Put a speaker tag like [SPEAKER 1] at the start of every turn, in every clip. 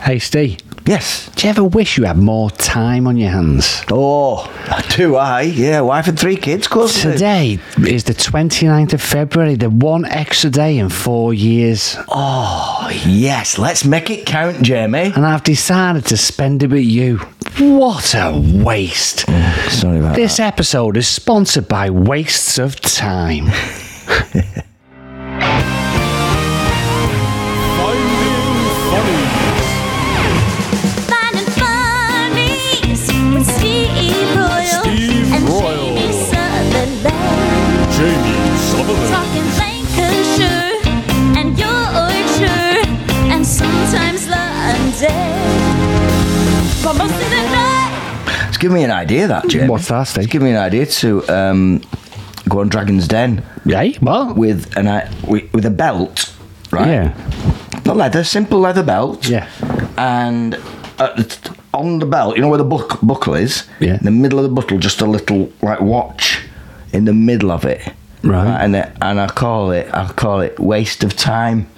[SPEAKER 1] Hey, Steve.
[SPEAKER 2] Yes.
[SPEAKER 1] Do you ever wish you had more time on your hands?
[SPEAKER 2] Oh, do I? Yeah, wife and three kids, of course. I do.
[SPEAKER 1] Today is the 29th of February, the one extra day in four years.
[SPEAKER 2] Oh, yes. Let's make it count, Jamie.
[SPEAKER 1] And I've decided to spend it with you. What a waste.
[SPEAKER 2] Sorry about
[SPEAKER 1] This episode is sponsored by Wastes of Time.
[SPEAKER 3] Finding Funnies with Steve Royal
[SPEAKER 4] Steve
[SPEAKER 3] and
[SPEAKER 4] Royal.
[SPEAKER 3] Jamie Sutherland.
[SPEAKER 4] Jamie Sutherland.
[SPEAKER 3] Talking Lancashire and Yorkshire and sometimes London. But most of the night,
[SPEAKER 2] It's given me an idea, that, Jamie.
[SPEAKER 1] What's that, Steve?
[SPEAKER 2] It's given me an idea to um, go on Dragon's Den
[SPEAKER 1] Hey, what?
[SPEAKER 2] with, an, i- with, with a belt, right?
[SPEAKER 1] Yeah.
[SPEAKER 2] Not leather, simple leather belt.
[SPEAKER 1] Yeah.
[SPEAKER 2] And at the t- on the belt, you know where the buck, buckle is?
[SPEAKER 1] Yeah.
[SPEAKER 2] In the middle of the buckle, just a little like watch in the middle of it.
[SPEAKER 1] Right.
[SPEAKER 2] and it, and I call it I call it waste of time.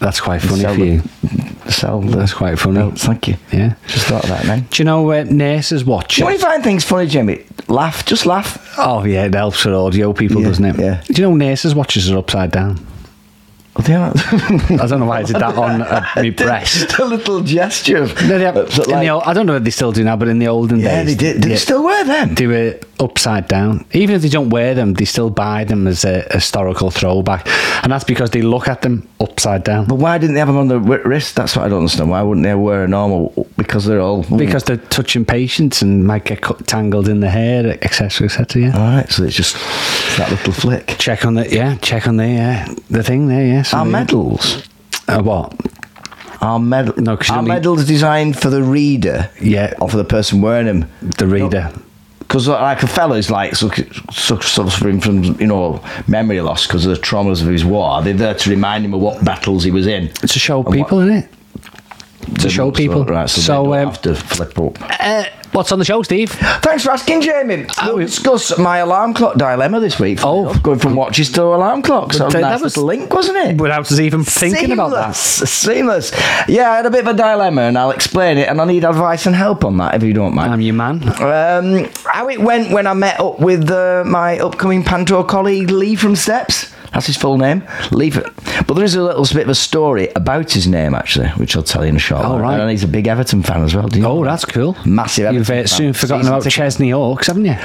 [SPEAKER 1] That's quite funny
[SPEAKER 2] Sell
[SPEAKER 1] for you.
[SPEAKER 2] the- Sell the-
[SPEAKER 1] That's quite funny.
[SPEAKER 2] Oh, thank you.
[SPEAKER 1] Yeah.
[SPEAKER 2] Just thought of that then.
[SPEAKER 1] Do you know where nurses watch
[SPEAKER 2] Do you only
[SPEAKER 1] it?
[SPEAKER 2] find things funny, Jimmy? Laugh, just laugh.
[SPEAKER 1] Oh, yeah, it helps with audio people,
[SPEAKER 2] Yeah,
[SPEAKER 1] doesn't it?
[SPEAKER 2] yeah.
[SPEAKER 1] Do you know nurses' watches are upside down?
[SPEAKER 2] Oh, they are-
[SPEAKER 1] I don't know why I did that on uh, my breast.
[SPEAKER 2] Just a little gesture. of-
[SPEAKER 1] No, they have-
[SPEAKER 2] Sort of
[SPEAKER 1] in
[SPEAKER 2] like-
[SPEAKER 1] the old, I don't know if they still do now, but in the olden
[SPEAKER 2] yeah,
[SPEAKER 1] days,
[SPEAKER 2] they did. Did
[SPEAKER 1] yeah,
[SPEAKER 2] it still wear them?
[SPEAKER 1] they were upside down. Even if they don't wear them, they still buy them as a historical throwback, and that's because they look at them upside down
[SPEAKER 2] But why didn't they have them on the wri- wrist? That's what I don't understand. Why wouldn't they wear a normal? Because they're all
[SPEAKER 1] because they're touching patients and might get cut, tangled in the hair, etc., etc. Yeah.
[SPEAKER 2] All right, so it's just it's that little flick.
[SPEAKER 1] Check on the yeah, check on the uh, the thing there. Yeah, so
[SPEAKER 2] Our
[SPEAKER 1] the-
[SPEAKER 2] medals,
[SPEAKER 1] Uh, what?
[SPEAKER 2] our medal,
[SPEAKER 1] No, 'cause you
[SPEAKER 2] our
[SPEAKER 1] only-
[SPEAKER 2] medals designed for the reader,
[SPEAKER 1] Yeah.
[SPEAKER 2] or for the person wearing them.
[SPEAKER 1] The reader.
[SPEAKER 2] Because like a fellow is like su- su- suffering from you know memory loss because of the traumas of his war. They're there to remind him of what battles he was in.
[SPEAKER 1] It's to show
[SPEAKER 2] what-
[SPEAKER 1] people, isn't it? To show people.
[SPEAKER 2] right? So,
[SPEAKER 1] So,
[SPEAKER 2] they don't
[SPEAKER 1] um,
[SPEAKER 2] have to flip up.
[SPEAKER 1] Uh, what's on the show, Steve?
[SPEAKER 2] Thanks for asking, Jamie.
[SPEAKER 1] Oh,
[SPEAKER 2] we'll
[SPEAKER 1] we-
[SPEAKER 2] discuss my alarm clock dilemma this week.
[SPEAKER 1] Oh.
[SPEAKER 2] going from watches to alarm clocks. That was a
[SPEAKER 1] That
[SPEAKER 2] nice
[SPEAKER 1] was-
[SPEAKER 2] little link, wasn't it?
[SPEAKER 1] Without us even thinking
[SPEAKER 2] seamless,
[SPEAKER 1] about that.
[SPEAKER 2] Seamless. Yeah, I had a bit of a dilemma and I'll explain it and I need advice and help on that if you don't
[SPEAKER 1] I'm
[SPEAKER 2] mind.
[SPEAKER 1] your man.
[SPEAKER 2] Um, how it went when I met up with uh, my upcoming Panto colleague Lee from Steps. That's his full name, Lee. fr- But there is a little bit of a story about his name actually, which I'll tell you in a short.
[SPEAKER 1] Oh,
[SPEAKER 2] while.
[SPEAKER 1] right.
[SPEAKER 2] And he's a big Everton fan as well. Do you know
[SPEAKER 1] Oh,
[SPEAKER 2] that?
[SPEAKER 1] that's cool.
[SPEAKER 2] Massive
[SPEAKER 1] You've
[SPEAKER 2] Everton
[SPEAKER 1] uh,
[SPEAKER 2] fan.
[SPEAKER 1] soon forgotten
[SPEAKER 2] Season
[SPEAKER 1] about
[SPEAKER 2] ticket-
[SPEAKER 1] Chesney Hawks, haven't you?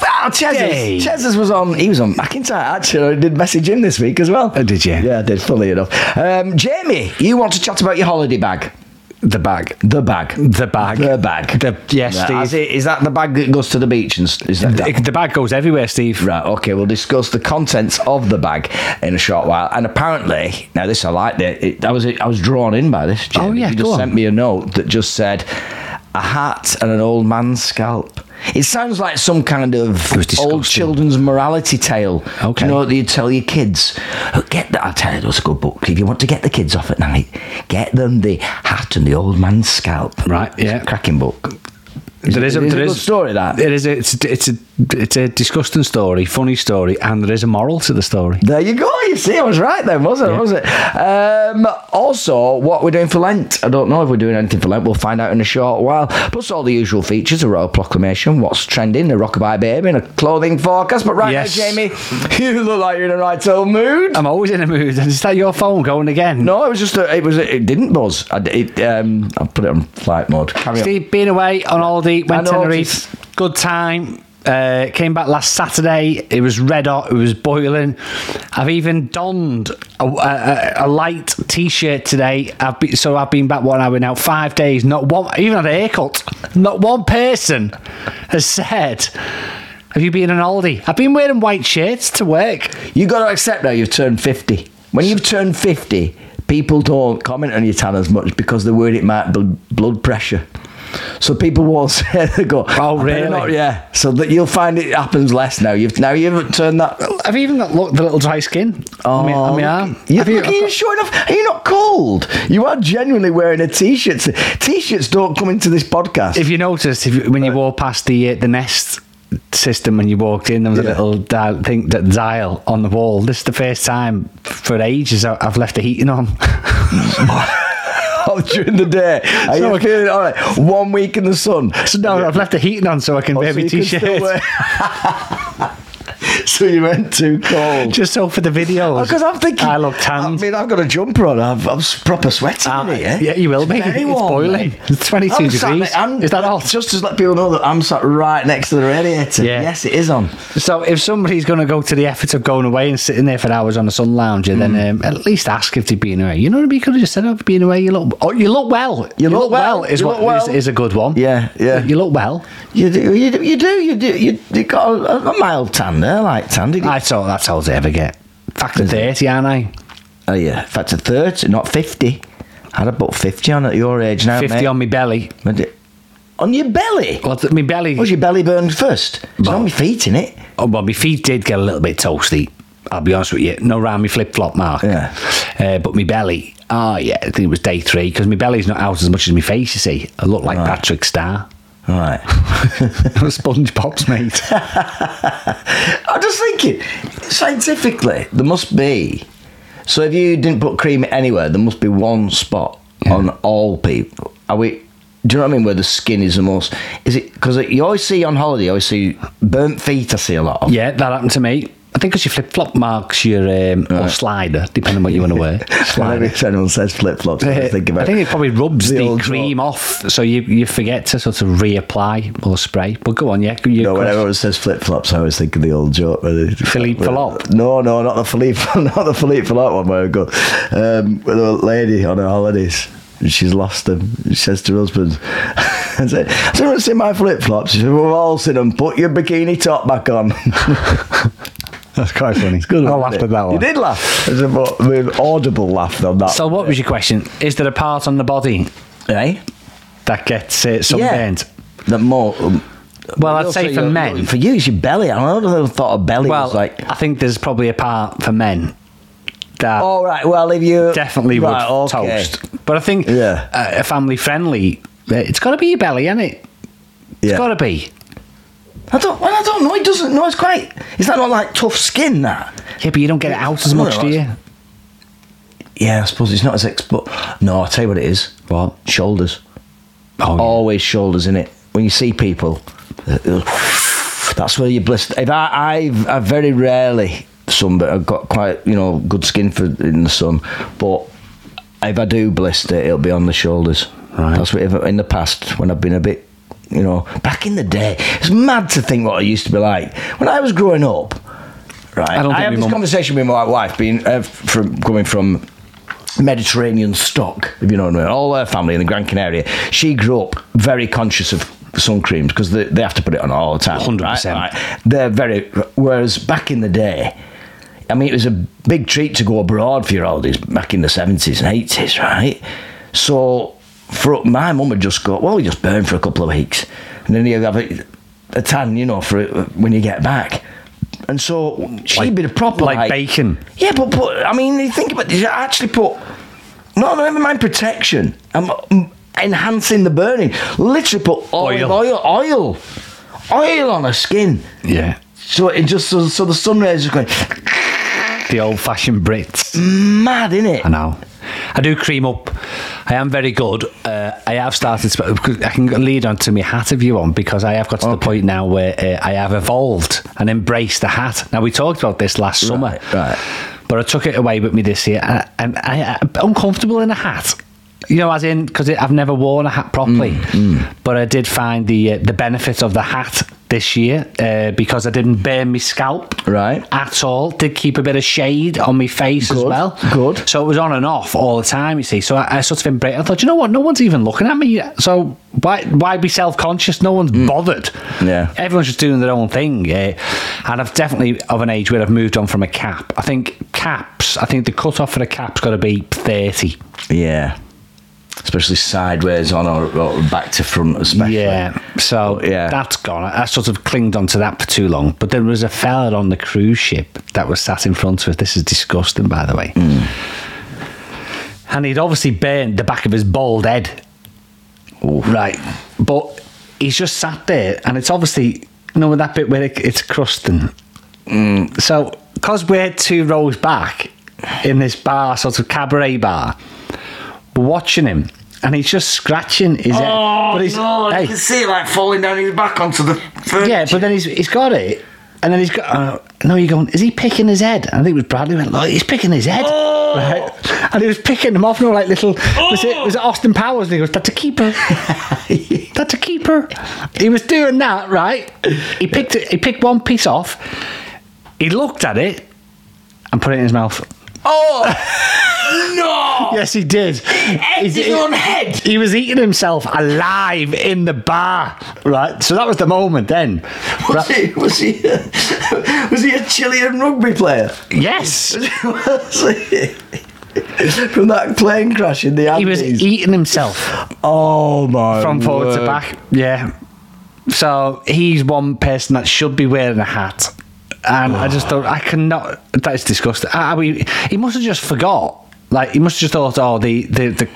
[SPEAKER 2] Wow,
[SPEAKER 1] Yay.
[SPEAKER 2] Chezes. Chezes was on. He was on McIntyre. Actually, I did message him this week as well.
[SPEAKER 1] Oh, did you?
[SPEAKER 2] Yeah, I did. Funny enough, um, Jamie, you want to chat about your holiday bag?
[SPEAKER 1] The bag.
[SPEAKER 2] The bag.
[SPEAKER 1] The bag.
[SPEAKER 2] The bag.
[SPEAKER 1] The- yes, Steve.
[SPEAKER 2] Is, it, is that the bag that goes to the beach? And st- is that, that-
[SPEAKER 1] The, the bag goes everywhere, Steve.
[SPEAKER 2] Right, okay, we'll discuss the contents of the bag in a short while. And apparently, now this I liked it. it I, was, I was drawn in by this. Jamie.
[SPEAKER 1] Oh, yeah,
[SPEAKER 2] You
[SPEAKER 1] go
[SPEAKER 2] just
[SPEAKER 1] on.
[SPEAKER 2] sent me a note that just said a hat and an old man's scalp. It sounds like some kind of
[SPEAKER 1] was disgusting.
[SPEAKER 2] old children's morality tale.
[SPEAKER 1] Okay.
[SPEAKER 2] You know that you tell your kids, "Look, get that. I'll tell you, that's a good book. If you want to get the kids off at night, get them the hat and the old man's scalp.
[SPEAKER 1] Right,
[SPEAKER 2] It's a
[SPEAKER 1] yeah.
[SPEAKER 2] cracking book.
[SPEAKER 1] There is a,
[SPEAKER 2] it is
[SPEAKER 1] there
[SPEAKER 2] a good story, that.
[SPEAKER 1] It is. A, it's, it's a it's a disgusting story, funny story, and there is a moral to the story.
[SPEAKER 2] There you go. You see, I was right then, wasn't I? Was it? Um, also, what we're doing for Lent? I don't know if we're doing anything for Lent. We'll find out in a short while. Plus, all the usual features: a royal proclamation, what's trending, a rockabye baby, and a clothing forecast. But right
[SPEAKER 1] Yes.
[SPEAKER 2] now, Jamie, you look like you're in a right old mood.
[SPEAKER 1] I'm always in a mood. Is that your phone going again?
[SPEAKER 2] no, it was just a, it was a, it didn't buzz. I, d- it, um, I put it on flight mode. Carry on.
[SPEAKER 1] Steve, been away on holiday, went
[SPEAKER 2] I
[SPEAKER 1] to
[SPEAKER 2] know,
[SPEAKER 1] Tenerife. Good time. Uh, came back last Saturday. It was red hot. It was boiling. I've even donned a, a, a- a light T-shirt today. I've been, so I've been back one hour now. Five days. Not one. Even had a haircut. Not one person has said, "Have you been on holiday?" I've been wearing white shirts to work.
[SPEAKER 2] You got to accept now you've turned 50. When you've turned 50, people don't comment on your tan as much because they're worried it might be blood pressure. So people won't say they go.
[SPEAKER 1] Oh,
[SPEAKER 2] "I better
[SPEAKER 1] really?"
[SPEAKER 2] not," yeah. So that you'll find it happens less now. You've now you've turned that.
[SPEAKER 1] I've even got look the little dry skin on my, on my arm.
[SPEAKER 2] You,
[SPEAKER 1] Have you-
[SPEAKER 2] Oh, look, are you sure enough? Are you not cold? You are genuinely wearing a t-shirt. T-shirts don't come into this podcast.
[SPEAKER 1] if you noticed, if you, when you walk past the uh, the nest system and you walked in, there was a
[SPEAKER 2] Yeah.
[SPEAKER 1] little dial, thing that dial on the wall. This is the first time for ages I- I've left the heating on.
[SPEAKER 2] Oh, during the day. Are
[SPEAKER 1] So
[SPEAKER 2] you
[SPEAKER 1] I-
[SPEAKER 2] feeling all right? One week in the sun.
[SPEAKER 1] So no, I've left the heating on so I can
[SPEAKER 2] Oh,
[SPEAKER 1] wear
[SPEAKER 2] so
[SPEAKER 1] my
[SPEAKER 2] you can
[SPEAKER 1] t-shirt.
[SPEAKER 2] still wear- so you went too cold.
[SPEAKER 1] Just so for the videos.
[SPEAKER 2] Because Oh, I'm thinking,
[SPEAKER 1] I look tanned.
[SPEAKER 2] I mean, I've got a jumper on. I've, I'm s- proper sweating
[SPEAKER 1] Ah,
[SPEAKER 2] in here.
[SPEAKER 1] yeah, you will,
[SPEAKER 2] It's
[SPEAKER 1] mate.
[SPEAKER 2] very
[SPEAKER 1] It's
[SPEAKER 2] warm,
[SPEAKER 1] boiling.
[SPEAKER 2] mate.
[SPEAKER 1] It's 22
[SPEAKER 2] I'm sat-
[SPEAKER 1] degrees.
[SPEAKER 2] I'm-
[SPEAKER 1] Is that hot?
[SPEAKER 2] Just to let people know that I'm sat right next to the radiator.
[SPEAKER 1] Yeah.
[SPEAKER 2] Yes, it is on.
[SPEAKER 1] so if somebody's going to go to the effort of going away and sitting there for hours on a sun lounger,
[SPEAKER 2] Mm.
[SPEAKER 1] then um, at least ask if they've been away. You know what I mean? You could have just said, "Oh, I've been away. You look, oh, you look well.
[SPEAKER 2] You look well.
[SPEAKER 1] is
[SPEAKER 2] You
[SPEAKER 1] what
[SPEAKER 2] look well."
[SPEAKER 1] is- is a good one.
[SPEAKER 2] Yeah, yeah.
[SPEAKER 1] You look well.
[SPEAKER 2] You do, you do, you do, you do. You, you got a, a mild tan there, like tan. Did you?
[SPEAKER 1] I thought that's all they ever get. Factor thirty, aren't I?
[SPEAKER 2] oh yeah, in fact, a thirty, not fifty. I'd have put fifty on at your age now,
[SPEAKER 1] Fifty
[SPEAKER 2] mate.
[SPEAKER 1] on my belly.
[SPEAKER 2] But it- on your belly.
[SPEAKER 1] Well, th- my belly.
[SPEAKER 2] Was your belly burned first? It's
[SPEAKER 1] Well-
[SPEAKER 2] on my feet, in it.
[SPEAKER 1] Oh, well, my feet did get a little bit toasty. I'll be honest with you. No round my flip flop mark.
[SPEAKER 2] Yeah.
[SPEAKER 1] Uh, but my belly. Oh, yeah. I think it was day three because my belly's not out as much as my face, you see. I look like Patrick Starr.
[SPEAKER 2] All right.
[SPEAKER 1] SpongeBob's mate.
[SPEAKER 2] I'm just thinking, scientifically, there must be. So if you didn't put cream anywhere, there must be one spot on all people. Are we? Do you know what I mean? Where the skin is the most? Is it because you always see on holiday? You always see burnt feet. I see a lot of.
[SPEAKER 1] yeah, that happened to me. I think because your flip flop marks your um, or slider, depending on what you want to wear.
[SPEAKER 2] Whenever
[SPEAKER 1] Slider.
[SPEAKER 2] anyone says flip flops, I think about.
[SPEAKER 1] I think it probably rubs
[SPEAKER 2] the
[SPEAKER 1] the,
[SPEAKER 2] old
[SPEAKER 1] cream off, so you, you forget to sort of reapply or spray. But go on, yeah. You
[SPEAKER 2] No, when everyone says flip flops, I always think of the old joke. Where they,
[SPEAKER 1] Philippe
[SPEAKER 2] where-
[SPEAKER 1] Philop?
[SPEAKER 2] No, no, not the Philippe, not the Philippe Philop one. Where I go, um, with a lady on her holidays, and she's lost them. She says to her husband, and said, "Has anyone seen my flip flops?" She said, "We've all seen them. Put your bikini top back on."
[SPEAKER 1] that's quite funny. I laughed at that one.
[SPEAKER 2] You did laugh. It's a but with audible laugh on that.
[SPEAKER 1] So, what was your question? Is there a part on the body
[SPEAKER 2] eh?
[SPEAKER 1] that gets uh, sunburned?
[SPEAKER 2] The more. um,
[SPEAKER 1] Well, I'd
[SPEAKER 2] you'll
[SPEAKER 1] say for
[SPEAKER 2] your-
[SPEAKER 1] men.
[SPEAKER 2] For you, it's your belly. I don't know if I thought of belly
[SPEAKER 1] Well,
[SPEAKER 2] was like.
[SPEAKER 1] I think there's probably a part for men that
[SPEAKER 2] All right. Well, if you
[SPEAKER 1] definitely
[SPEAKER 2] Oh, right,
[SPEAKER 1] would
[SPEAKER 2] okay.
[SPEAKER 1] toast. But I think
[SPEAKER 2] Yeah.
[SPEAKER 1] uh, a family friendly, uh, it's got to be your belly, isn't it? It's
[SPEAKER 2] Yeah.
[SPEAKER 1] got to be.
[SPEAKER 2] I don't. Well, I don't know. It doesn't. No, it's quite. Is that not like tough skin? That.
[SPEAKER 1] Yeah, but you don't get it out as much, do you?
[SPEAKER 2] Yeah, I suppose it's not as expo. No, I'll tell you what it is.
[SPEAKER 1] What?
[SPEAKER 2] Shoulders.
[SPEAKER 1] Oh, yeah.
[SPEAKER 2] Always shoulders in it. When you see people, uh, that's where you blister. If I, I've, I very rarely sunburn. I've got quite you know good skin for in the sun, but if I do blister, it'll be on the shoulders.
[SPEAKER 1] Right.
[SPEAKER 2] That's what if, in the past when I've been a bit, you know, back in the day. It's mad to think what I used to be like when I was growing up. Right.
[SPEAKER 1] I don't think
[SPEAKER 2] have
[SPEAKER 1] my
[SPEAKER 2] this
[SPEAKER 1] mum-
[SPEAKER 2] conversation with my wife, being uh, from coming from Mediterranean stock, if you know what I mean. All her family in the Gran Canaria, she grew up very conscious of sun creams because they, they have to put it on all the time.
[SPEAKER 1] 100%.
[SPEAKER 2] right? Right. They're very. Whereas back in the day, I mean, it was a big treat to go abroad for your holidays back in the 70s and 80s, right? So for my mum would just go, well, you just burn for a couple of weeks. And then you have a, a tan, you know, for when you get back. And so she'd
[SPEAKER 1] Like-
[SPEAKER 2] be the proper
[SPEAKER 1] like bacon.
[SPEAKER 2] yeah, but, but I mean, you think about this. You actually put no, never mind protection. I'm mm, enhancing the burning. Literally put oil,
[SPEAKER 1] Oil.
[SPEAKER 2] oil, oil, oil on her skin.
[SPEAKER 1] Yeah.
[SPEAKER 2] So it just so, so the sun rays are going
[SPEAKER 1] The old fashioned Brits.
[SPEAKER 2] mad, in it?
[SPEAKER 1] I know. I do cream up. I am very good. Uh, I have started. sp- because I can lead on to my hat if you want, because I have got to the point now where uh, I have evolved and embraced the hat. Now we talked about this last summer,
[SPEAKER 2] right.
[SPEAKER 1] But I took it away with me this year, and, and I, I'm uncomfortable in a hat. You know, as in because I've never worn a hat properly.
[SPEAKER 2] Mm,
[SPEAKER 1] But I did find the uh, the benefit of the hat this year uh, because I didn't burn my scalp
[SPEAKER 2] Right.
[SPEAKER 1] at all. Did keep a bit of shade on my face as
[SPEAKER 2] Good,
[SPEAKER 1] well.
[SPEAKER 2] good.
[SPEAKER 1] So it was on and off all the time, you see. So I, I sort of embraced. I thought, you know what? No one's even looking at me. So why why be self conscious? No one's bothered.
[SPEAKER 2] Mm. Yeah.
[SPEAKER 1] everyone's just doing their own thing. eh. and I've definitely of an age where I've moved on from a cap. I think caps. I think the cut off for a cap's got to be thirty.
[SPEAKER 2] Yeah, especially sideways on or, or back to front, especially.
[SPEAKER 1] Yeah. So
[SPEAKER 2] Yeah.
[SPEAKER 1] that's gone. I, I sort of clinged onto that for too long. But there was a fella on the cruise ship that was sat in front of us. This is disgusting, by the way.
[SPEAKER 2] Mm.
[SPEAKER 1] And he'd obviously burned the back of his bald head. Right. But he's just sat there, and it's obviously, you know, that bit where it, it's crusting. So, because we're two rows back in this bar, sort of cabaret bar, We're watching him, and he's just scratching his head.
[SPEAKER 2] Oh,
[SPEAKER 1] But he's, hey,
[SPEAKER 2] see it like falling down his back onto the.
[SPEAKER 1] yeah, but then he's he's got it, and then he's got. Uh, no, you're going. Is he picking his head? And I think it was Bradley went. Look, he's picking his head, right? And he was picking them off, and all like little. Was it was it Austin Powers? And he goes, "That's a keeper. That's a keeper." He was doing that, right? He picked it, he picked one piece off. He looked at it and put it in his mouth.
[SPEAKER 2] Oh, no!
[SPEAKER 1] Yes, he did.
[SPEAKER 2] Ate
[SPEAKER 1] He-
[SPEAKER 2] his
[SPEAKER 1] he-
[SPEAKER 2] own head.
[SPEAKER 1] He was eating himself alive in the bar, right? So that was the moment then.
[SPEAKER 2] Was
[SPEAKER 1] Right.
[SPEAKER 2] he? Was he? A, was he a Chilean rugby player?
[SPEAKER 1] Yes.
[SPEAKER 2] Was he? From that plane crash in the
[SPEAKER 1] He
[SPEAKER 2] Andes.
[SPEAKER 1] was eating himself.
[SPEAKER 2] oh my!
[SPEAKER 1] from forward to
[SPEAKER 2] word.
[SPEAKER 1] back. Yeah. So he's one person that should be wearing a hat, and I just don't. I cannot. That is disgusting. I, I mean, he must have just forgot. Like he must have just thought, oh, the the the,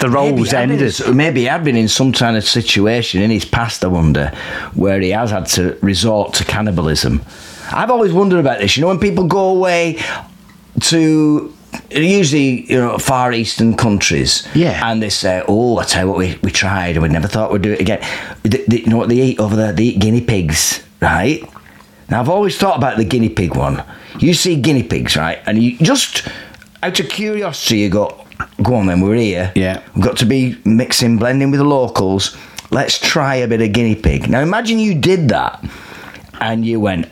[SPEAKER 1] the roles
[SPEAKER 2] I've been
[SPEAKER 1] ended.
[SPEAKER 2] in- maybe he had been in some kind of situation in his past, I wonder, where he has had to resort to cannibalism. I've always wondered about this. You know, when people go away to usually you know far eastern countries
[SPEAKER 1] Yeah.
[SPEAKER 2] and they say oh i tell you what we, we tried and we never thought we'd do it again They- they- you know what they eat over there they eat guinea pigs right now i've always thought about the guinea pig one you see guinea pigs right and you just out of curiosity you go go on then we're here
[SPEAKER 1] Yeah.
[SPEAKER 2] We've got to be mixing, blending with the locals. Let's try a bit of guinea pig. Now imagine you did that and you went,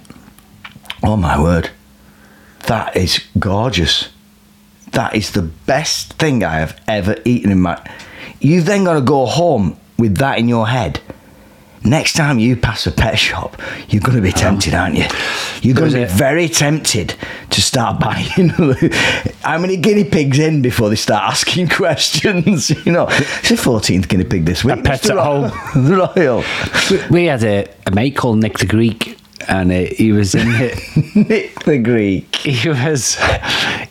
[SPEAKER 2] Oh my word, that is gorgeous. That is the best thing I have ever eaten in my You've then got to go home with that in your head. Next time you pass a pet shop, you're going to
[SPEAKER 1] Oh.
[SPEAKER 2] be tempted, aren't you? You're going
[SPEAKER 1] was
[SPEAKER 2] to be
[SPEAKER 1] it.
[SPEAKER 2] very tempted to start buying. how many guinea pigs in before they start asking questions? You know, it's the 14th guinea pig this week.
[SPEAKER 1] pet
[SPEAKER 2] Mr.
[SPEAKER 1] at home.
[SPEAKER 2] Royal.
[SPEAKER 1] We had a, a mate called Nick the Greek, and uh, he was in the,
[SPEAKER 2] Nick the Greek.
[SPEAKER 1] he was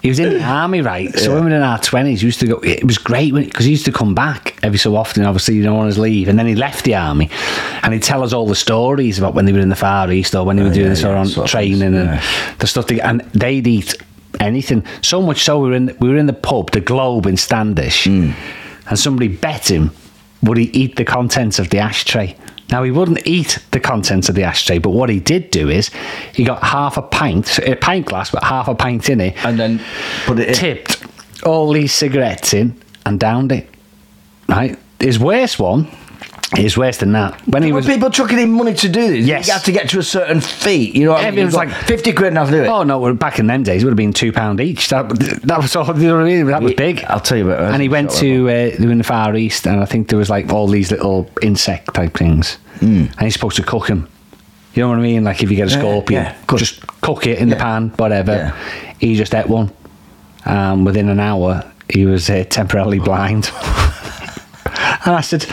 [SPEAKER 1] he was in the army, right? So women in our twenties used to go. It was great because he used to come back every so often. Obviously, you don't want us leave, and then he left the army, and he'd tell us all the stories about when they were in the Far East or when they were doing
[SPEAKER 2] Oh, yeah,
[SPEAKER 1] this
[SPEAKER 2] yeah,
[SPEAKER 1] or on
[SPEAKER 2] that's what
[SPEAKER 1] training
[SPEAKER 2] happens,
[SPEAKER 1] and
[SPEAKER 2] yeah.
[SPEAKER 1] the stuff. They, and they'd eat anything. So much so we were in we were in the pub, the Globe in Standish,
[SPEAKER 2] Hmm.
[SPEAKER 1] and somebody bet him would he eat the contents of the ashtray. Now he wouldn't eat the contents of the ashtray, but what he did do is he got half a pint, a pint glass, but half a pint in it,
[SPEAKER 2] And uh, then put it in.
[SPEAKER 1] tipped all these cigarettes in and downed it. Right, his worst one is worse than that. When he
[SPEAKER 2] Were
[SPEAKER 1] was
[SPEAKER 2] people chucking in money to do this?
[SPEAKER 1] Yes.
[SPEAKER 2] You have to get to a certain feet. You know what I mean?
[SPEAKER 1] Everyone's
[SPEAKER 2] You've got
[SPEAKER 1] like-
[SPEAKER 2] 50 quid and I'll do it.
[SPEAKER 1] Oh no! Well, back in them days, it would have been two pound each. That that was all. You know what I mean? That was big.
[SPEAKER 2] I'll tell you about that.
[SPEAKER 1] And he went to uh, they were in the Far East, and I think there was like all these little insect type things, mm. and he's supposed to cook them. You know what I mean? Like if you get a
[SPEAKER 2] Hmm. Yeah,
[SPEAKER 1] scorpion,
[SPEAKER 2] yeah, good.
[SPEAKER 1] just cook it in the
[SPEAKER 2] Yeah.
[SPEAKER 1] pan, whatever.
[SPEAKER 2] Yeah.
[SPEAKER 1] He just ate one. Um, within an hour, he was uh, temporarily blind. and I said,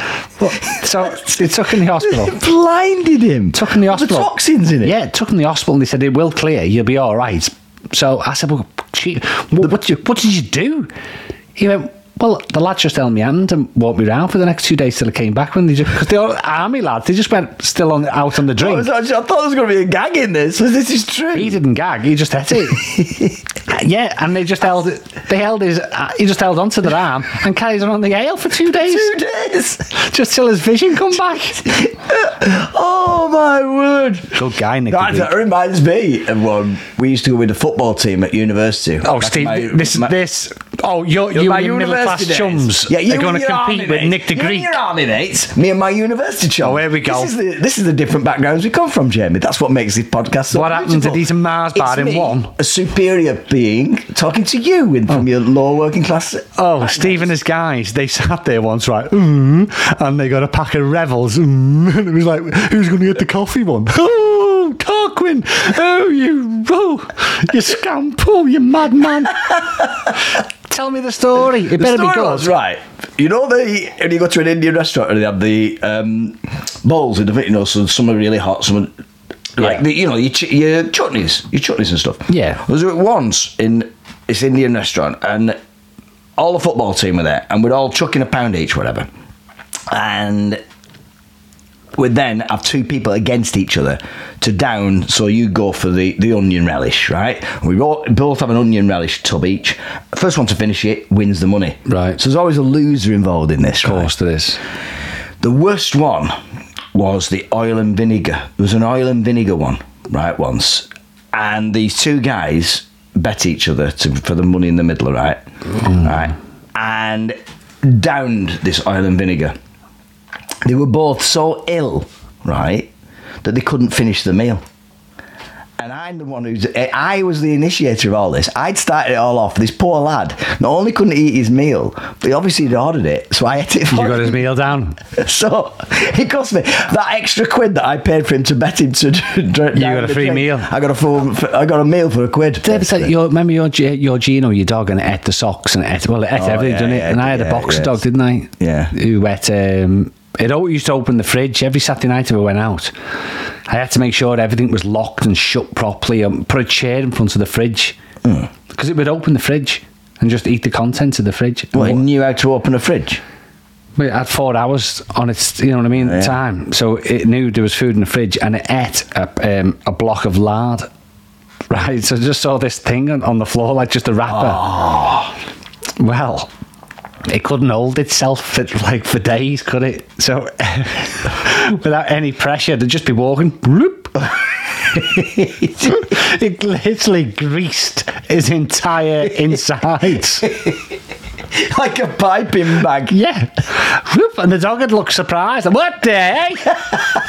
[SPEAKER 1] "What?" So they took him to the hospital.
[SPEAKER 2] blinded him.
[SPEAKER 1] Took him to the hospital.
[SPEAKER 2] The toxins in it.
[SPEAKER 1] Yeah, took him to the hospital and they said, it will clear, you'll be all right. So I said, well, gee, what, what, did you, what did you do? He went, well, the lad just held my hand and walked me around for the next two days till I came back. When they just, because they're all army lads, they just went still on out on the
[SPEAKER 2] I,
[SPEAKER 1] drink.
[SPEAKER 2] was actually- I thought there was going to be a gag in this. This is true.
[SPEAKER 1] He didn't gag. He just ate it. yeah, and they just held it. They held his. Uh, he just held onto their arm and carried on on the ale for two days,
[SPEAKER 2] Two days.
[SPEAKER 1] just till his vision come back.
[SPEAKER 2] oh my word.
[SPEAKER 1] Good guy, Nick.
[SPEAKER 2] That, that reminds me of one. We used to go with the football team at university.
[SPEAKER 1] Oh,
[SPEAKER 2] Back in
[SPEAKER 1] Steve,
[SPEAKER 2] my-
[SPEAKER 1] this,
[SPEAKER 2] my-
[SPEAKER 1] this. Oh, you're, you
[SPEAKER 2] my
[SPEAKER 1] and your middle class
[SPEAKER 2] university days.
[SPEAKER 1] chums
[SPEAKER 2] Yeah, you
[SPEAKER 1] are
[SPEAKER 2] and
[SPEAKER 1] going to
[SPEAKER 2] your
[SPEAKER 1] compete
[SPEAKER 2] army
[SPEAKER 1] with
[SPEAKER 2] mates.
[SPEAKER 1] Nick the
[SPEAKER 2] You and
[SPEAKER 1] Greek.
[SPEAKER 2] your army mates. Me and my university chums.
[SPEAKER 1] Oh, here we go.
[SPEAKER 2] This is the, this is the different backgrounds we come from, Jamie. That's what makes this podcast so
[SPEAKER 1] What happened to
[SPEAKER 2] beautiful.
[SPEAKER 1] these Mars bar
[SPEAKER 2] It's
[SPEAKER 1] in
[SPEAKER 2] me,
[SPEAKER 1] one?
[SPEAKER 2] A superior being talking to you in, from your lower working class.
[SPEAKER 1] Oh, Steve and his guys, they sat there once, right? Mm, and they got a pack of Revels. Mm, and it was like, who's going to get the coffee one? Oh, Tarquin. Oh, you, oh, you scamp. Oh, you madman. Tell me the story. It better
[SPEAKER 2] the
[SPEAKER 1] be
[SPEAKER 2] story
[SPEAKER 1] good.
[SPEAKER 2] was, right. You know the when you go to an Indian restaurant and they have the um, bowls in the you know, so some are really hot, some are like
[SPEAKER 1] Yeah.
[SPEAKER 2] the, you know your, ch- your chutneys, your chutneys and stuff.
[SPEAKER 1] Yeah.
[SPEAKER 2] I was at once in this Indian restaurant and all the football team were there and we're all chucking a pound each, whatever. And would then have two people against each other to down. So you go for the, the onion relish, right? We ro- both have an onion relish tub each. First one to finish it wins the money.
[SPEAKER 1] Right.
[SPEAKER 2] So there's always a loser involved in this. Of
[SPEAKER 1] course there is.
[SPEAKER 2] The worst one was the oil and vinegar. There was an oil and vinegar one, right, once. And these two guys bet each other to, for the money in the middle, right?
[SPEAKER 1] Mm.
[SPEAKER 2] Right. And downed this oil and vinegar. They were both so ill, right, that they couldn't finish the meal. And I'm the one who's. I was the initiator of all this. I'd started it all off. This poor lad not only couldn't eat his meal, but he obviously had ordered it, so I ate it for
[SPEAKER 1] You
[SPEAKER 2] him.
[SPEAKER 1] got his meal down.
[SPEAKER 2] So it cost me that extra quid that I paid for him to bet him to. d- drink
[SPEAKER 1] You
[SPEAKER 2] down
[SPEAKER 1] got a
[SPEAKER 2] the
[SPEAKER 1] free
[SPEAKER 2] drink.
[SPEAKER 1] meal.
[SPEAKER 2] I got a full. I got a meal for a quid.
[SPEAKER 1] Did I ever tell you, your- remember your, G- your Gino, your dog, and it ate the socks and it ate, well, it ate
[SPEAKER 2] Oh,
[SPEAKER 1] everything,
[SPEAKER 2] yeah,
[SPEAKER 1] didn't it?
[SPEAKER 2] yeah,
[SPEAKER 1] and I had a
[SPEAKER 2] yeah,
[SPEAKER 1] boxer
[SPEAKER 2] yes.
[SPEAKER 1] dog, didn't I?
[SPEAKER 2] Yeah.
[SPEAKER 1] Who ate, um, it always used to open the fridge every Saturday night if I went out. I had to make sure everything was locked and shut properly and put a chair in front of the fridge
[SPEAKER 2] Hmm.
[SPEAKER 1] because it would open the fridge and just eat the contents of the fridge.
[SPEAKER 2] Well, he knew how to open a fridge.
[SPEAKER 1] But it had four hours on its, you know what I mean,
[SPEAKER 2] Yeah.
[SPEAKER 1] time. So it knew there was food in the fridge and it ate a, um, a block of lard. Right, so I just saw this thing on, on the floor, like just a wrapper. Well, it couldn't hold itself for, like for days, could it? So without any pressure, they'd just be walking. Bloop. it literally greased his entire insides.
[SPEAKER 2] like a piping bag.
[SPEAKER 1] Yeah. Whoop, and the dog had looked surprised. What the heck?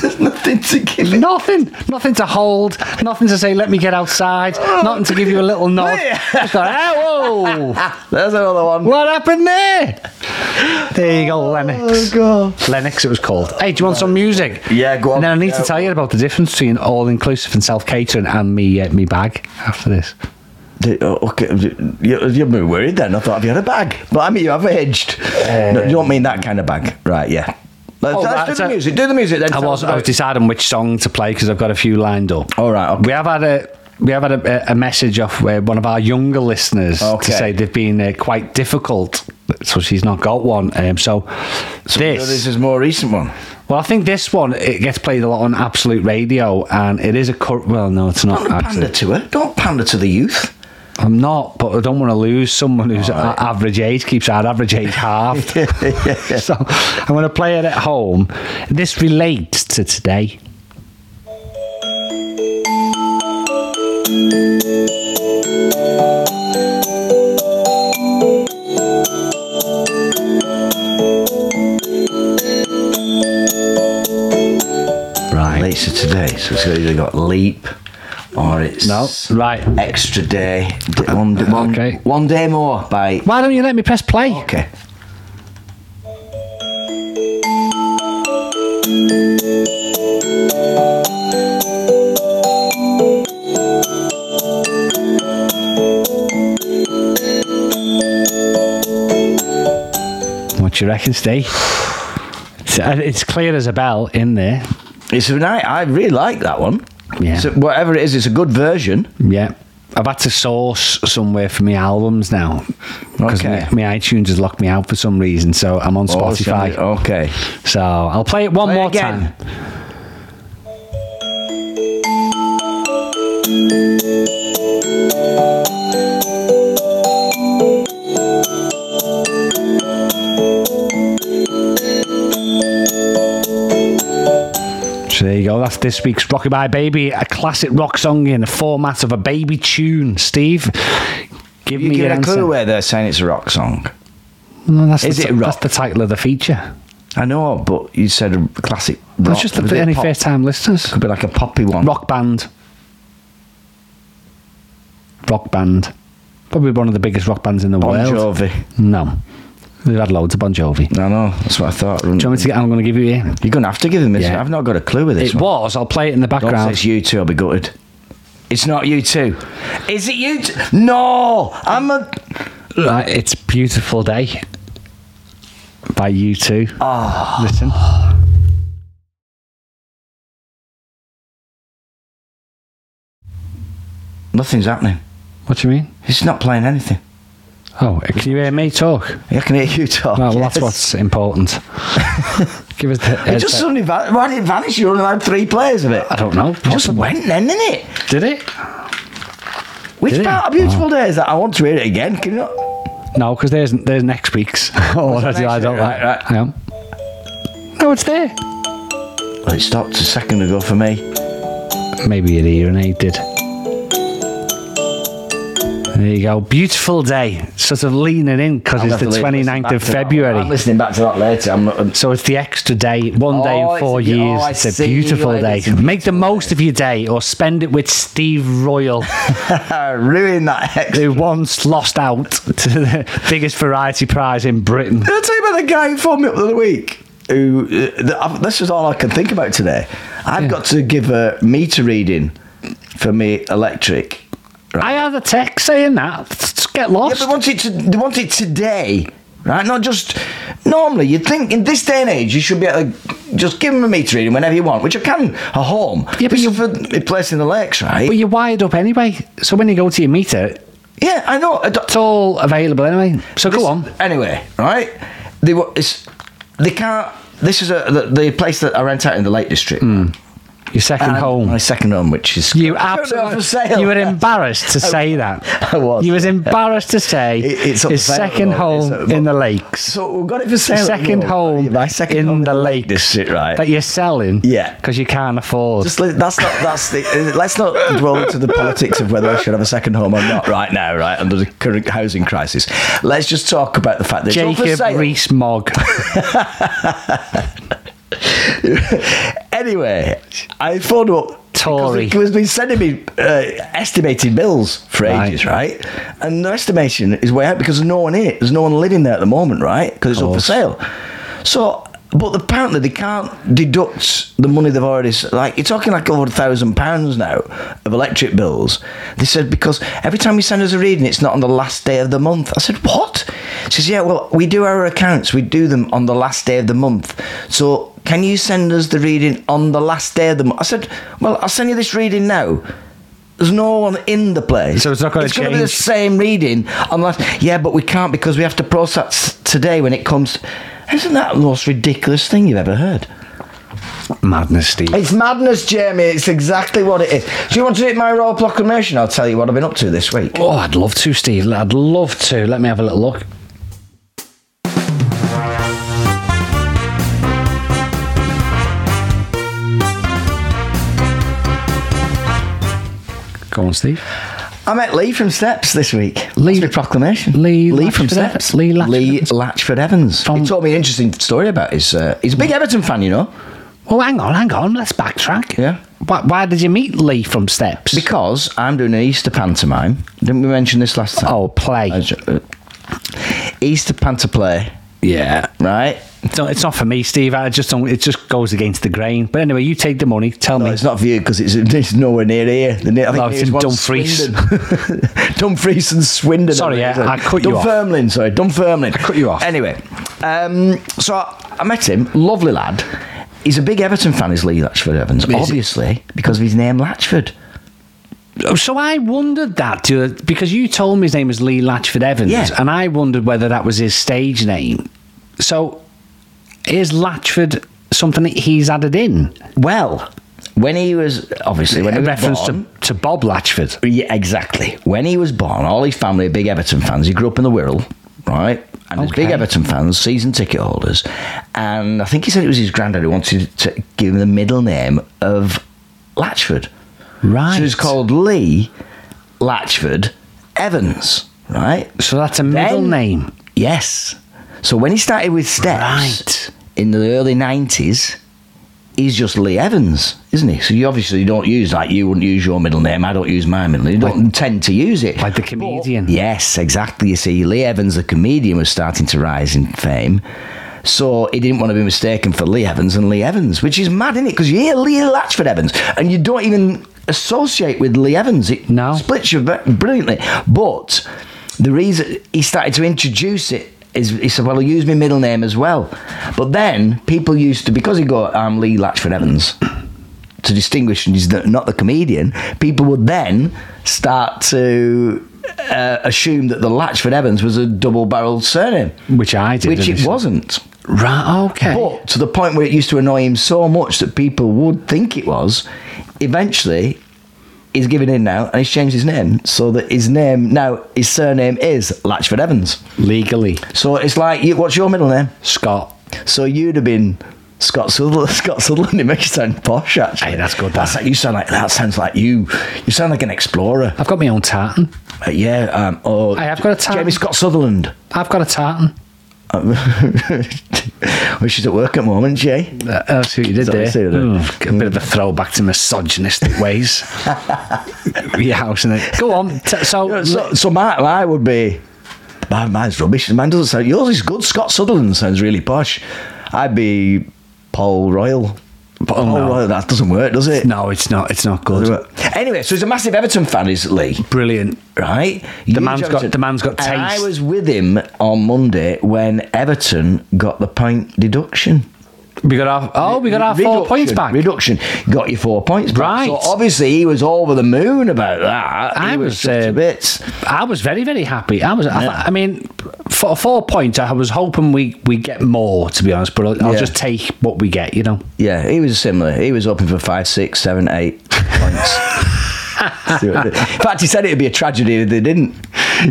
[SPEAKER 2] There's nothing to give it.
[SPEAKER 1] nothing. Nothing to hold. Nothing to say, let me get outside. nothing to give you a little nod.
[SPEAKER 2] Yeah.
[SPEAKER 1] Just gone, "Oh, whoa.
[SPEAKER 2] There's another one.
[SPEAKER 1] What happened there? There you go, Lennox.
[SPEAKER 2] God.
[SPEAKER 1] Lennox, it was called. Oh, Hey, do you want some music?
[SPEAKER 2] Yeah, go on.
[SPEAKER 1] And then I need
[SPEAKER 2] Yeah.
[SPEAKER 1] to tell you about the difference between all inclusive and self catering and me, uh, me bag after this.
[SPEAKER 2] D- oh, Okay, d- you- you're more worried then. I thought, have you had a bag? But I mean, you have aged. no, you don't mean that kind of bag, right? Yeah. Let's,
[SPEAKER 1] Oh,
[SPEAKER 2] let's
[SPEAKER 1] right,
[SPEAKER 2] do the
[SPEAKER 1] so-
[SPEAKER 2] music. Do the music then.
[SPEAKER 1] I
[SPEAKER 2] Tell
[SPEAKER 1] was,
[SPEAKER 2] us
[SPEAKER 1] I was
[SPEAKER 2] about it.
[SPEAKER 1] deciding which song to play because I've got a few lined up.
[SPEAKER 2] All right. Okay.
[SPEAKER 1] We have had a we have had a, a message off uh, one of our younger listeners
[SPEAKER 2] Okay.
[SPEAKER 1] to say they've been uh, quite difficult, so she's not got one. Um, so
[SPEAKER 2] So this
[SPEAKER 1] this,
[SPEAKER 2] is a more recent one.
[SPEAKER 1] well, I think this one it gets played a lot on Absolute Radio, and it is a cur- well, no, it's not.
[SPEAKER 2] Don't pander
[SPEAKER 1] Absolute.
[SPEAKER 2] to her. Don't pander to the youth.
[SPEAKER 1] I'm not, but I don't want to lose someone who's a- average age keeps our average age halved. so I'm going to play it at home. This relates to today.
[SPEAKER 2] Right. Later today. So it's either got leap or it's
[SPEAKER 1] No, right.
[SPEAKER 2] extra day. D- One, d- one-
[SPEAKER 1] Okay.
[SPEAKER 2] one day more by.
[SPEAKER 1] Why don't you let me press play?
[SPEAKER 2] Okay.
[SPEAKER 1] What do you reckon, Steve? It's, uh, it's clear as a bell in there.
[SPEAKER 2] It's a night. I really like that one.
[SPEAKER 1] Yeah.
[SPEAKER 2] So whatever it is, it's a good version.
[SPEAKER 1] Yeah. I've had to source somewhere for my albums now because
[SPEAKER 2] Okay.
[SPEAKER 1] my, my iTunes has locked me out for some reason, Oh, so I'm on Spotify.
[SPEAKER 2] Okay.
[SPEAKER 1] So I'll play it one
[SPEAKER 2] Play it
[SPEAKER 1] more
[SPEAKER 2] again.
[SPEAKER 1] time. So there you go. That's this week's Rocky Bye Baby, a classic rock song in the format of a baby tune. Steve, give
[SPEAKER 2] You
[SPEAKER 1] me
[SPEAKER 2] give
[SPEAKER 1] your
[SPEAKER 2] a
[SPEAKER 1] answer.
[SPEAKER 2] clue where they're saying it's a rock song.
[SPEAKER 1] No, that's
[SPEAKER 2] Is
[SPEAKER 1] the,
[SPEAKER 2] it rock?
[SPEAKER 1] That's the title of the feature.
[SPEAKER 2] I know, but you said a classic. Rock.
[SPEAKER 1] That's just
[SPEAKER 2] Was
[SPEAKER 1] for
[SPEAKER 2] it
[SPEAKER 1] any
[SPEAKER 2] pop?
[SPEAKER 1] first-time listeners.
[SPEAKER 2] Could be like a poppy one.
[SPEAKER 1] Rock band. Rock band. Probably one of the biggest rock bands in the
[SPEAKER 2] Bon
[SPEAKER 1] world.
[SPEAKER 2] Jovi.
[SPEAKER 1] No. They've had loads of Bon Jovi. Do
[SPEAKER 2] I know. That's what I thought.
[SPEAKER 1] you want me to get, I'm going to give you here.
[SPEAKER 2] You're gonna have to give him this.
[SPEAKER 1] Yeah.
[SPEAKER 2] I've not got a clue with this
[SPEAKER 1] It
[SPEAKER 2] one.
[SPEAKER 1] was, I'll play it in the
[SPEAKER 2] Don't say
[SPEAKER 1] background.
[SPEAKER 2] it's you two. I'll be gutted. It's not you two. Is it you? T- no, I'm a.
[SPEAKER 1] Right, it's Beautiful Day by U2.
[SPEAKER 2] Ah.
[SPEAKER 1] Oh. Listen.
[SPEAKER 2] Nothing's happening.
[SPEAKER 1] What do you mean?
[SPEAKER 2] It's not playing anything.
[SPEAKER 1] Oh, can you hear me talk?
[SPEAKER 2] I can hear you talk.
[SPEAKER 1] Well,
[SPEAKER 2] yes.
[SPEAKER 1] that's what's important. Give us the.
[SPEAKER 2] It just suddenly van- why did it vanish? You only had three players of it.
[SPEAKER 1] I don't know.
[SPEAKER 2] It just went then, didn't it?
[SPEAKER 1] Did it?
[SPEAKER 2] Which
[SPEAKER 1] Did it? Oh.
[SPEAKER 2] part of Beautiful Day is that? I want to hear it again. Can you not?
[SPEAKER 1] No, because there's there's next week's. oh,
[SPEAKER 2] Is it
[SPEAKER 1] I, do- I
[SPEAKER 2] next
[SPEAKER 1] don't
[SPEAKER 2] week?
[SPEAKER 1] like.
[SPEAKER 2] Right, right.
[SPEAKER 1] Hang on. No, it's there.
[SPEAKER 2] Well, it stopped a second ago for me.
[SPEAKER 1] Maybe it urinated. There you go. Beautiful day. Sort of leaning in because
[SPEAKER 2] I'll
[SPEAKER 1] it's
[SPEAKER 2] have
[SPEAKER 1] the
[SPEAKER 2] to listen
[SPEAKER 1] 29th
[SPEAKER 2] back
[SPEAKER 1] of
[SPEAKER 2] to that. I'm
[SPEAKER 1] February.
[SPEAKER 2] listening back to that later. I'm not. I'm-
[SPEAKER 1] So it's the extra day, one day
[SPEAKER 2] Oh,
[SPEAKER 1] in
[SPEAKER 2] it's
[SPEAKER 1] four
[SPEAKER 2] a be- oh,
[SPEAKER 1] years.
[SPEAKER 2] I
[SPEAKER 1] it's a
[SPEAKER 2] see.
[SPEAKER 1] beautiful
[SPEAKER 2] It
[SPEAKER 1] day.
[SPEAKER 2] is a
[SPEAKER 1] Make the most of your day or spend it with Steve Royal,
[SPEAKER 2] I ruined that extra.
[SPEAKER 1] who once lost out to the biggest variety prize in Britain.
[SPEAKER 2] Did I tell you about the guy who phoned me up the other week? Who? Uh, th- I've- this is all I can think about today. I've got to give a meter reading for me electric.
[SPEAKER 1] I had a text saying that. Just get
[SPEAKER 2] Yeah,
[SPEAKER 1] lost.
[SPEAKER 2] they want it to. They want it today, right? Not just normally. You'd think in this day and age you should be able to just give them a meter reading whenever you want, which I can at home.
[SPEAKER 1] Yeah, but
[SPEAKER 2] This
[SPEAKER 1] you-
[SPEAKER 2] is for a place in the lakes, right?
[SPEAKER 1] But you're wired up anyway. So when you go to your meter,
[SPEAKER 2] yeah, I know. I don't-
[SPEAKER 1] it's all available anyway. So go
[SPEAKER 2] This-
[SPEAKER 1] on.
[SPEAKER 2] Anyway, right? They wa- it's, they can't. This is a the, the place that I rent out in the Lake District.
[SPEAKER 1] Hmm. Your second
[SPEAKER 2] And
[SPEAKER 1] home.
[SPEAKER 2] Um, My second home, which is
[SPEAKER 1] You
[SPEAKER 2] I don't know if it's for
[SPEAKER 1] absolutely.
[SPEAKER 2] sale.
[SPEAKER 1] You were embarrassed to say that.
[SPEAKER 2] I was.
[SPEAKER 1] You was embarrassed to say
[SPEAKER 2] It- it's
[SPEAKER 1] his
[SPEAKER 2] available.
[SPEAKER 1] second
[SPEAKER 2] It's
[SPEAKER 1] home
[SPEAKER 2] available.
[SPEAKER 1] in the lakes.
[SPEAKER 2] So we got it for sale. at the
[SPEAKER 1] second
[SPEAKER 2] moment.
[SPEAKER 1] home
[SPEAKER 2] my second
[SPEAKER 1] in
[SPEAKER 2] home
[SPEAKER 1] the lakes
[SPEAKER 2] District, right?
[SPEAKER 1] that you're selling.
[SPEAKER 2] Yeah.
[SPEAKER 1] because you can't afford.
[SPEAKER 2] Just let, that's not that's the, uh, let's not dwell into the politics of whether I should have a second home or not right now, right under the current housing crisis. Let's just talk about the fact that it's all for
[SPEAKER 1] Jacob
[SPEAKER 2] sale.
[SPEAKER 1] Rees Mogg.
[SPEAKER 2] Anyway, I phoned up.
[SPEAKER 1] Tory.
[SPEAKER 2] Because He was been sending me uh, estimated bills for
[SPEAKER 1] Right.
[SPEAKER 2] ages, right? And the estimation is way out because there's no one in it. There's no one living there at the moment, right? Because it's up for
[SPEAKER 1] course.
[SPEAKER 2] sale. So, but apparently they can't deduct the money they've already. s- Like you're talking like over a thousand pounds now of electric bills. They said because every time you send us a reading, it's not on the last day of the month. I said what? She says yeah, well we do our accounts. We do them on the last day of the month. So can you send us the reading on the last day of the month? I said well I'll send you this reading now. There's no one in the place.
[SPEAKER 1] So it's not gonna
[SPEAKER 2] It's going to be the
[SPEAKER 1] change.
[SPEAKER 2] same reading unless yeah but we can't because we have to process today when it comes isn't that the most ridiculous thing you've ever heard
[SPEAKER 1] Madness, Steve.
[SPEAKER 2] it's madness jamie it's exactly what it is do you want to hit my royal proclamation i'll tell you what i've been up to this week
[SPEAKER 1] Oh, I'd love to, Steve. I'd love to. Let me have a little look. Go on, Steve.
[SPEAKER 2] i met lee from steps this week
[SPEAKER 1] Lee-
[SPEAKER 2] That's my proclamation
[SPEAKER 1] Lee
[SPEAKER 2] lee from
[SPEAKER 1] Latchford Evans.
[SPEAKER 2] steps
[SPEAKER 1] Lee Latchford Evans.
[SPEAKER 2] latchford evans
[SPEAKER 1] From-
[SPEAKER 2] he told me an interesting story about his uh, he's a big everton fan you know
[SPEAKER 1] Oh, hang on, hang on. Let's backtrack.
[SPEAKER 2] Yeah.
[SPEAKER 1] Why, why did you meet Lee from Steps?
[SPEAKER 2] because i'm doing an easter pantomime didn't we mention this last time uh,
[SPEAKER 1] oh, play.
[SPEAKER 2] easter pantomime play
[SPEAKER 1] yeah.
[SPEAKER 2] right
[SPEAKER 1] It's not, it's not for me, Steve. I just don't. It just goes against the grain. But anyway, you take the money. Tell
[SPEAKER 2] No,
[SPEAKER 1] me.
[SPEAKER 2] it's not for you because it's, it's nowhere near here. The ne- I think
[SPEAKER 1] No, it's
[SPEAKER 2] nearest
[SPEAKER 1] in
[SPEAKER 2] one's
[SPEAKER 1] Dumfries.
[SPEAKER 2] Swindon. Dumfries and Swindon.
[SPEAKER 1] Sorry,
[SPEAKER 2] I think,
[SPEAKER 1] yeah,
[SPEAKER 2] isn't it?
[SPEAKER 1] I cut you off.
[SPEAKER 2] Dunfermline, sorry, Dunfermline. I
[SPEAKER 1] cut you off.
[SPEAKER 2] Anyway, um, so I, I met him, lovely lad. He's a big Everton fan, is Lee Latchford Evans,
[SPEAKER 1] he?
[SPEAKER 2] obviously, because of his name Latchford.
[SPEAKER 1] Oh, So I wondered that do- because you told me his name was Lee Latchford Evans,
[SPEAKER 2] Yeah.
[SPEAKER 1] and I wondered whether that was his stage name. So is Latchford something that he's added in?
[SPEAKER 2] Well, when he was, obviously, when he
[SPEAKER 1] in
[SPEAKER 2] was
[SPEAKER 1] reference
[SPEAKER 2] born,
[SPEAKER 1] to, to Bob Latchford.
[SPEAKER 2] Yeah, exactly. When he was born, all his family are big Everton fans. He grew up in the Wirral, right? And he's big
[SPEAKER 1] Okay.
[SPEAKER 2] Everton fans, season ticket holders. And I think he said it was his granddad who wanted to give him the middle name of Latchford.
[SPEAKER 1] Right.
[SPEAKER 2] So he's called Lee Latchford Evans, right?
[SPEAKER 1] So that's a middle
[SPEAKER 2] Then-
[SPEAKER 1] name.
[SPEAKER 2] Yes. So when he started with Steps
[SPEAKER 1] Right.
[SPEAKER 2] in the early 90s, he's just Lee Evans, isn't he? So you obviously don't use like you wouldn't use your middle name. I don't use my middle name. You don't tend to use it.
[SPEAKER 1] like the
[SPEAKER 2] But-
[SPEAKER 1] comedian.
[SPEAKER 2] yes, exactly. You see, Lee Evans, the comedian, was starting to rise in fame. So he didn't want to be mistaken for Lee Evans and Lee Evans, which is mad, isn't it? Because you hear Lee Latchford Evans and you don't even associate with Lee Evans. It
[SPEAKER 1] No.
[SPEAKER 2] splits you br- brilliantly. But the reason he started to introduce it is he said, Well, I'll use my middle name as well. But then people used to, because he got I'm Lee Latchford Evans, to distinguish and he's the, not the comedian, people would then start to uh, assumed that the Latchford Evans was a double-barreled surname,
[SPEAKER 1] Which I did.
[SPEAKER 2] which it
[SPEAKER 1] initially.
[SPEAKER 2] wasn't.
[SPEAKER 1] Right, okay.
[SPEAKER 2] But to the point where it used to annoy him so much that people would think it was, eventually he's given in now and he's changed his name so that his name now, his surname is Latchford Evans.
[SPEAKER 1] Legally,
[SPEAKER 2] So it's like, you, what's your middle name?
[SPEAKER 1] Scott.
[SPEAKER 2] So you'd have been Scott Sutherland. Scott Sutherland, it makes you sound posh actually.
[SPEAKER 1] Hey, that's good, that.
[SPEAKER 2] That's like, you sound like, that sounds like you. You sound like an explorer.
[SPEAKER 1] I've got my own tartan.
[SPEAKER 2] Uh, yeah, um, oh.
[SPEAKER 1] Hey, I've got a tan.
[SPEAKER 2] Jamie Scott Sutherland.
[SPEAKER 1] I've got a tartan.
[SPEAKER 2] Um, well, she's at work at the moment, eh? Jay.
[SPEAKER 1] Uh, That's who you did
[SPEAKER 2] That's what I
[SPEAKER 1] there.
[SPEAKER 2] said, isn't it?
[SPEAKER 1] Mm, a bit of a throwback to misogynistic ways. Your house and it. Go on. T- so,
[SPEAKER 2] Yeah, So, so my, my would be, my, mine's rubbish. Mine doesn't sound. Yours is good. Scott Sutherland sounds really posh. I'd be Paul Royal. Paul
[SPEAKER 1] Oh, no.
[SPEAKER 2] Royal. That doesn't work, does it?
[SPEAKER 1] no, it's not. It's not
[SPEAKER 2] Doesn't
[SPEAKER 1] good.
[SPEAKER 2] work. Anyway, so he's a massive Everton fan, is Lee?
[SPEAKER 1] Brilliant.
[SPEAKER 2] Right.
[SPEAKER 1] The man's got- the man's got
[SPEAKER 2] And I
[SPEAKER 1] taste.
[SPEAKER 2] was with him on Monday when Everton got the point deduction.
[SPEAKER 1] We got our. Oh, we got our four
[SPEAKER 2] Reduction,
[SPEAKER 1] points back.
[SPEAKER 2] Reduction. Got your four points back.
[SPEAKER 1] Right.
[SPEAKER 2] So obviously he was over the moon about that.
[SPEAKER 1] I
[SPEAKER 2] he
[SPEAKER 1] was,
[SPEAKER 2] was, chuffed
[SPEAKER 1] uh,
[SPEAKER 2] to bits.
[SPEAKER 1] I was very, very happy. I was. I, thought- I mean, for four points, I was hoping we we get more. To be honest, but I'll, I'll
[SPEAKER 2] Yeah.
[SPEAKER 1] just take what we get. You know.
[SPEAKER 2] Yeah, he was similar. He was hoping for five, six, seven, eight points. See what it is. In fact, he said it'd be a tragedy if they didn't.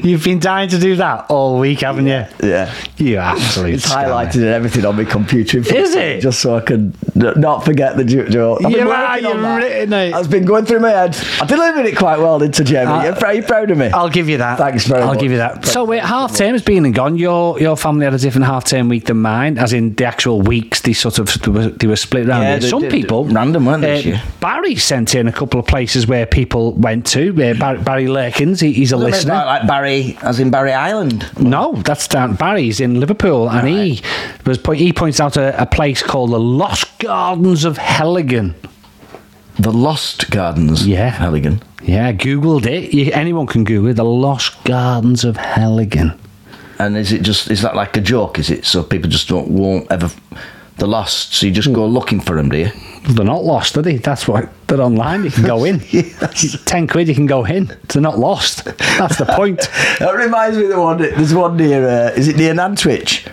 [SPEAKER 1] You've been dying to do that all week, haven't you?
[SPEAKER 2] Yeah.
[SPEAKER 1] You absolute.
[SPEAKER 2] It's
[SPEAKER 1] scammer.
[SPEAKER 2] highlighted and everything on my computer. in front
[SPEAKER 1] Is
[SPEAKER 2] of me,
[SPEAKER 1] it?
[SPEAKER 2] Just so I can n- not forget the ju- joke. I've been
[SPEAKER 1] Yeah,
[SPEAKER 2] working
[SPEAKER 1] you've
[SPEAKER 2] on that.
[SPEAKER 1] written it.
[SPEAKER 2] It's been going through my head. I delivered it quite well, didn't I, Jamie?
[SPEAKER 1] Uh,
[SPEAKER 2] You're pr- Are you proud of me?
[SPEAKER 1] I'll give you that.
[SPEAKER 2] Thanks very
[SPEAKER 1] I'll
[SPEAKER 2] much.
[SPEAKER 1] give you that. So wait, half term has been and gone. Your your family had a different half term week than mine, as in the actual weeks. They sort of they were, they were split around.
[SPEAKER 2] Yeah,
[SPEAKER 1] it.
[SPEAKER 2] they
[SPEAKER 1] Some
[SPEAKER 2] did-
[SPEAKER 1] people uh,
[SPEAKER 2] random, weren't they, this year?
[SPEAKER 1] Barry sent in a couple of places where people went to. Uh, Barry, Barry Larkins, he, he's a
[SPEAKER 2] Something
[SPEAKER 1] listener.
[SPEAKER 2] Like, like Barry, as in Barry Island.
[SPEAKER 1] No, that's down. Barry's in Liverpool, and he was point, he points out a, a place called the Lost Gardens of Heligan.
[SPEAKER 2] The Lost Gardens.
[SPEAKER 1] Yeah.
[SPEAKER 2] Halligan.
[SPEAKER 1] Yeah, googled it. You, anyone can Google it, the Lost Gardens of Heligan.
[SPEAKER 2] And is it just is that like a joke? Is it so people just don't won't ever they're lost? So you just go looking for them, do you?
[SPEAKER 1] They're not lost, are they? That's why they're online. You can go in. Ten quid, you can go in. They're not lost. That's the point.
[SPEAKER 2] That reminds me of the one. There's one near. Uh, is it near Nantwich?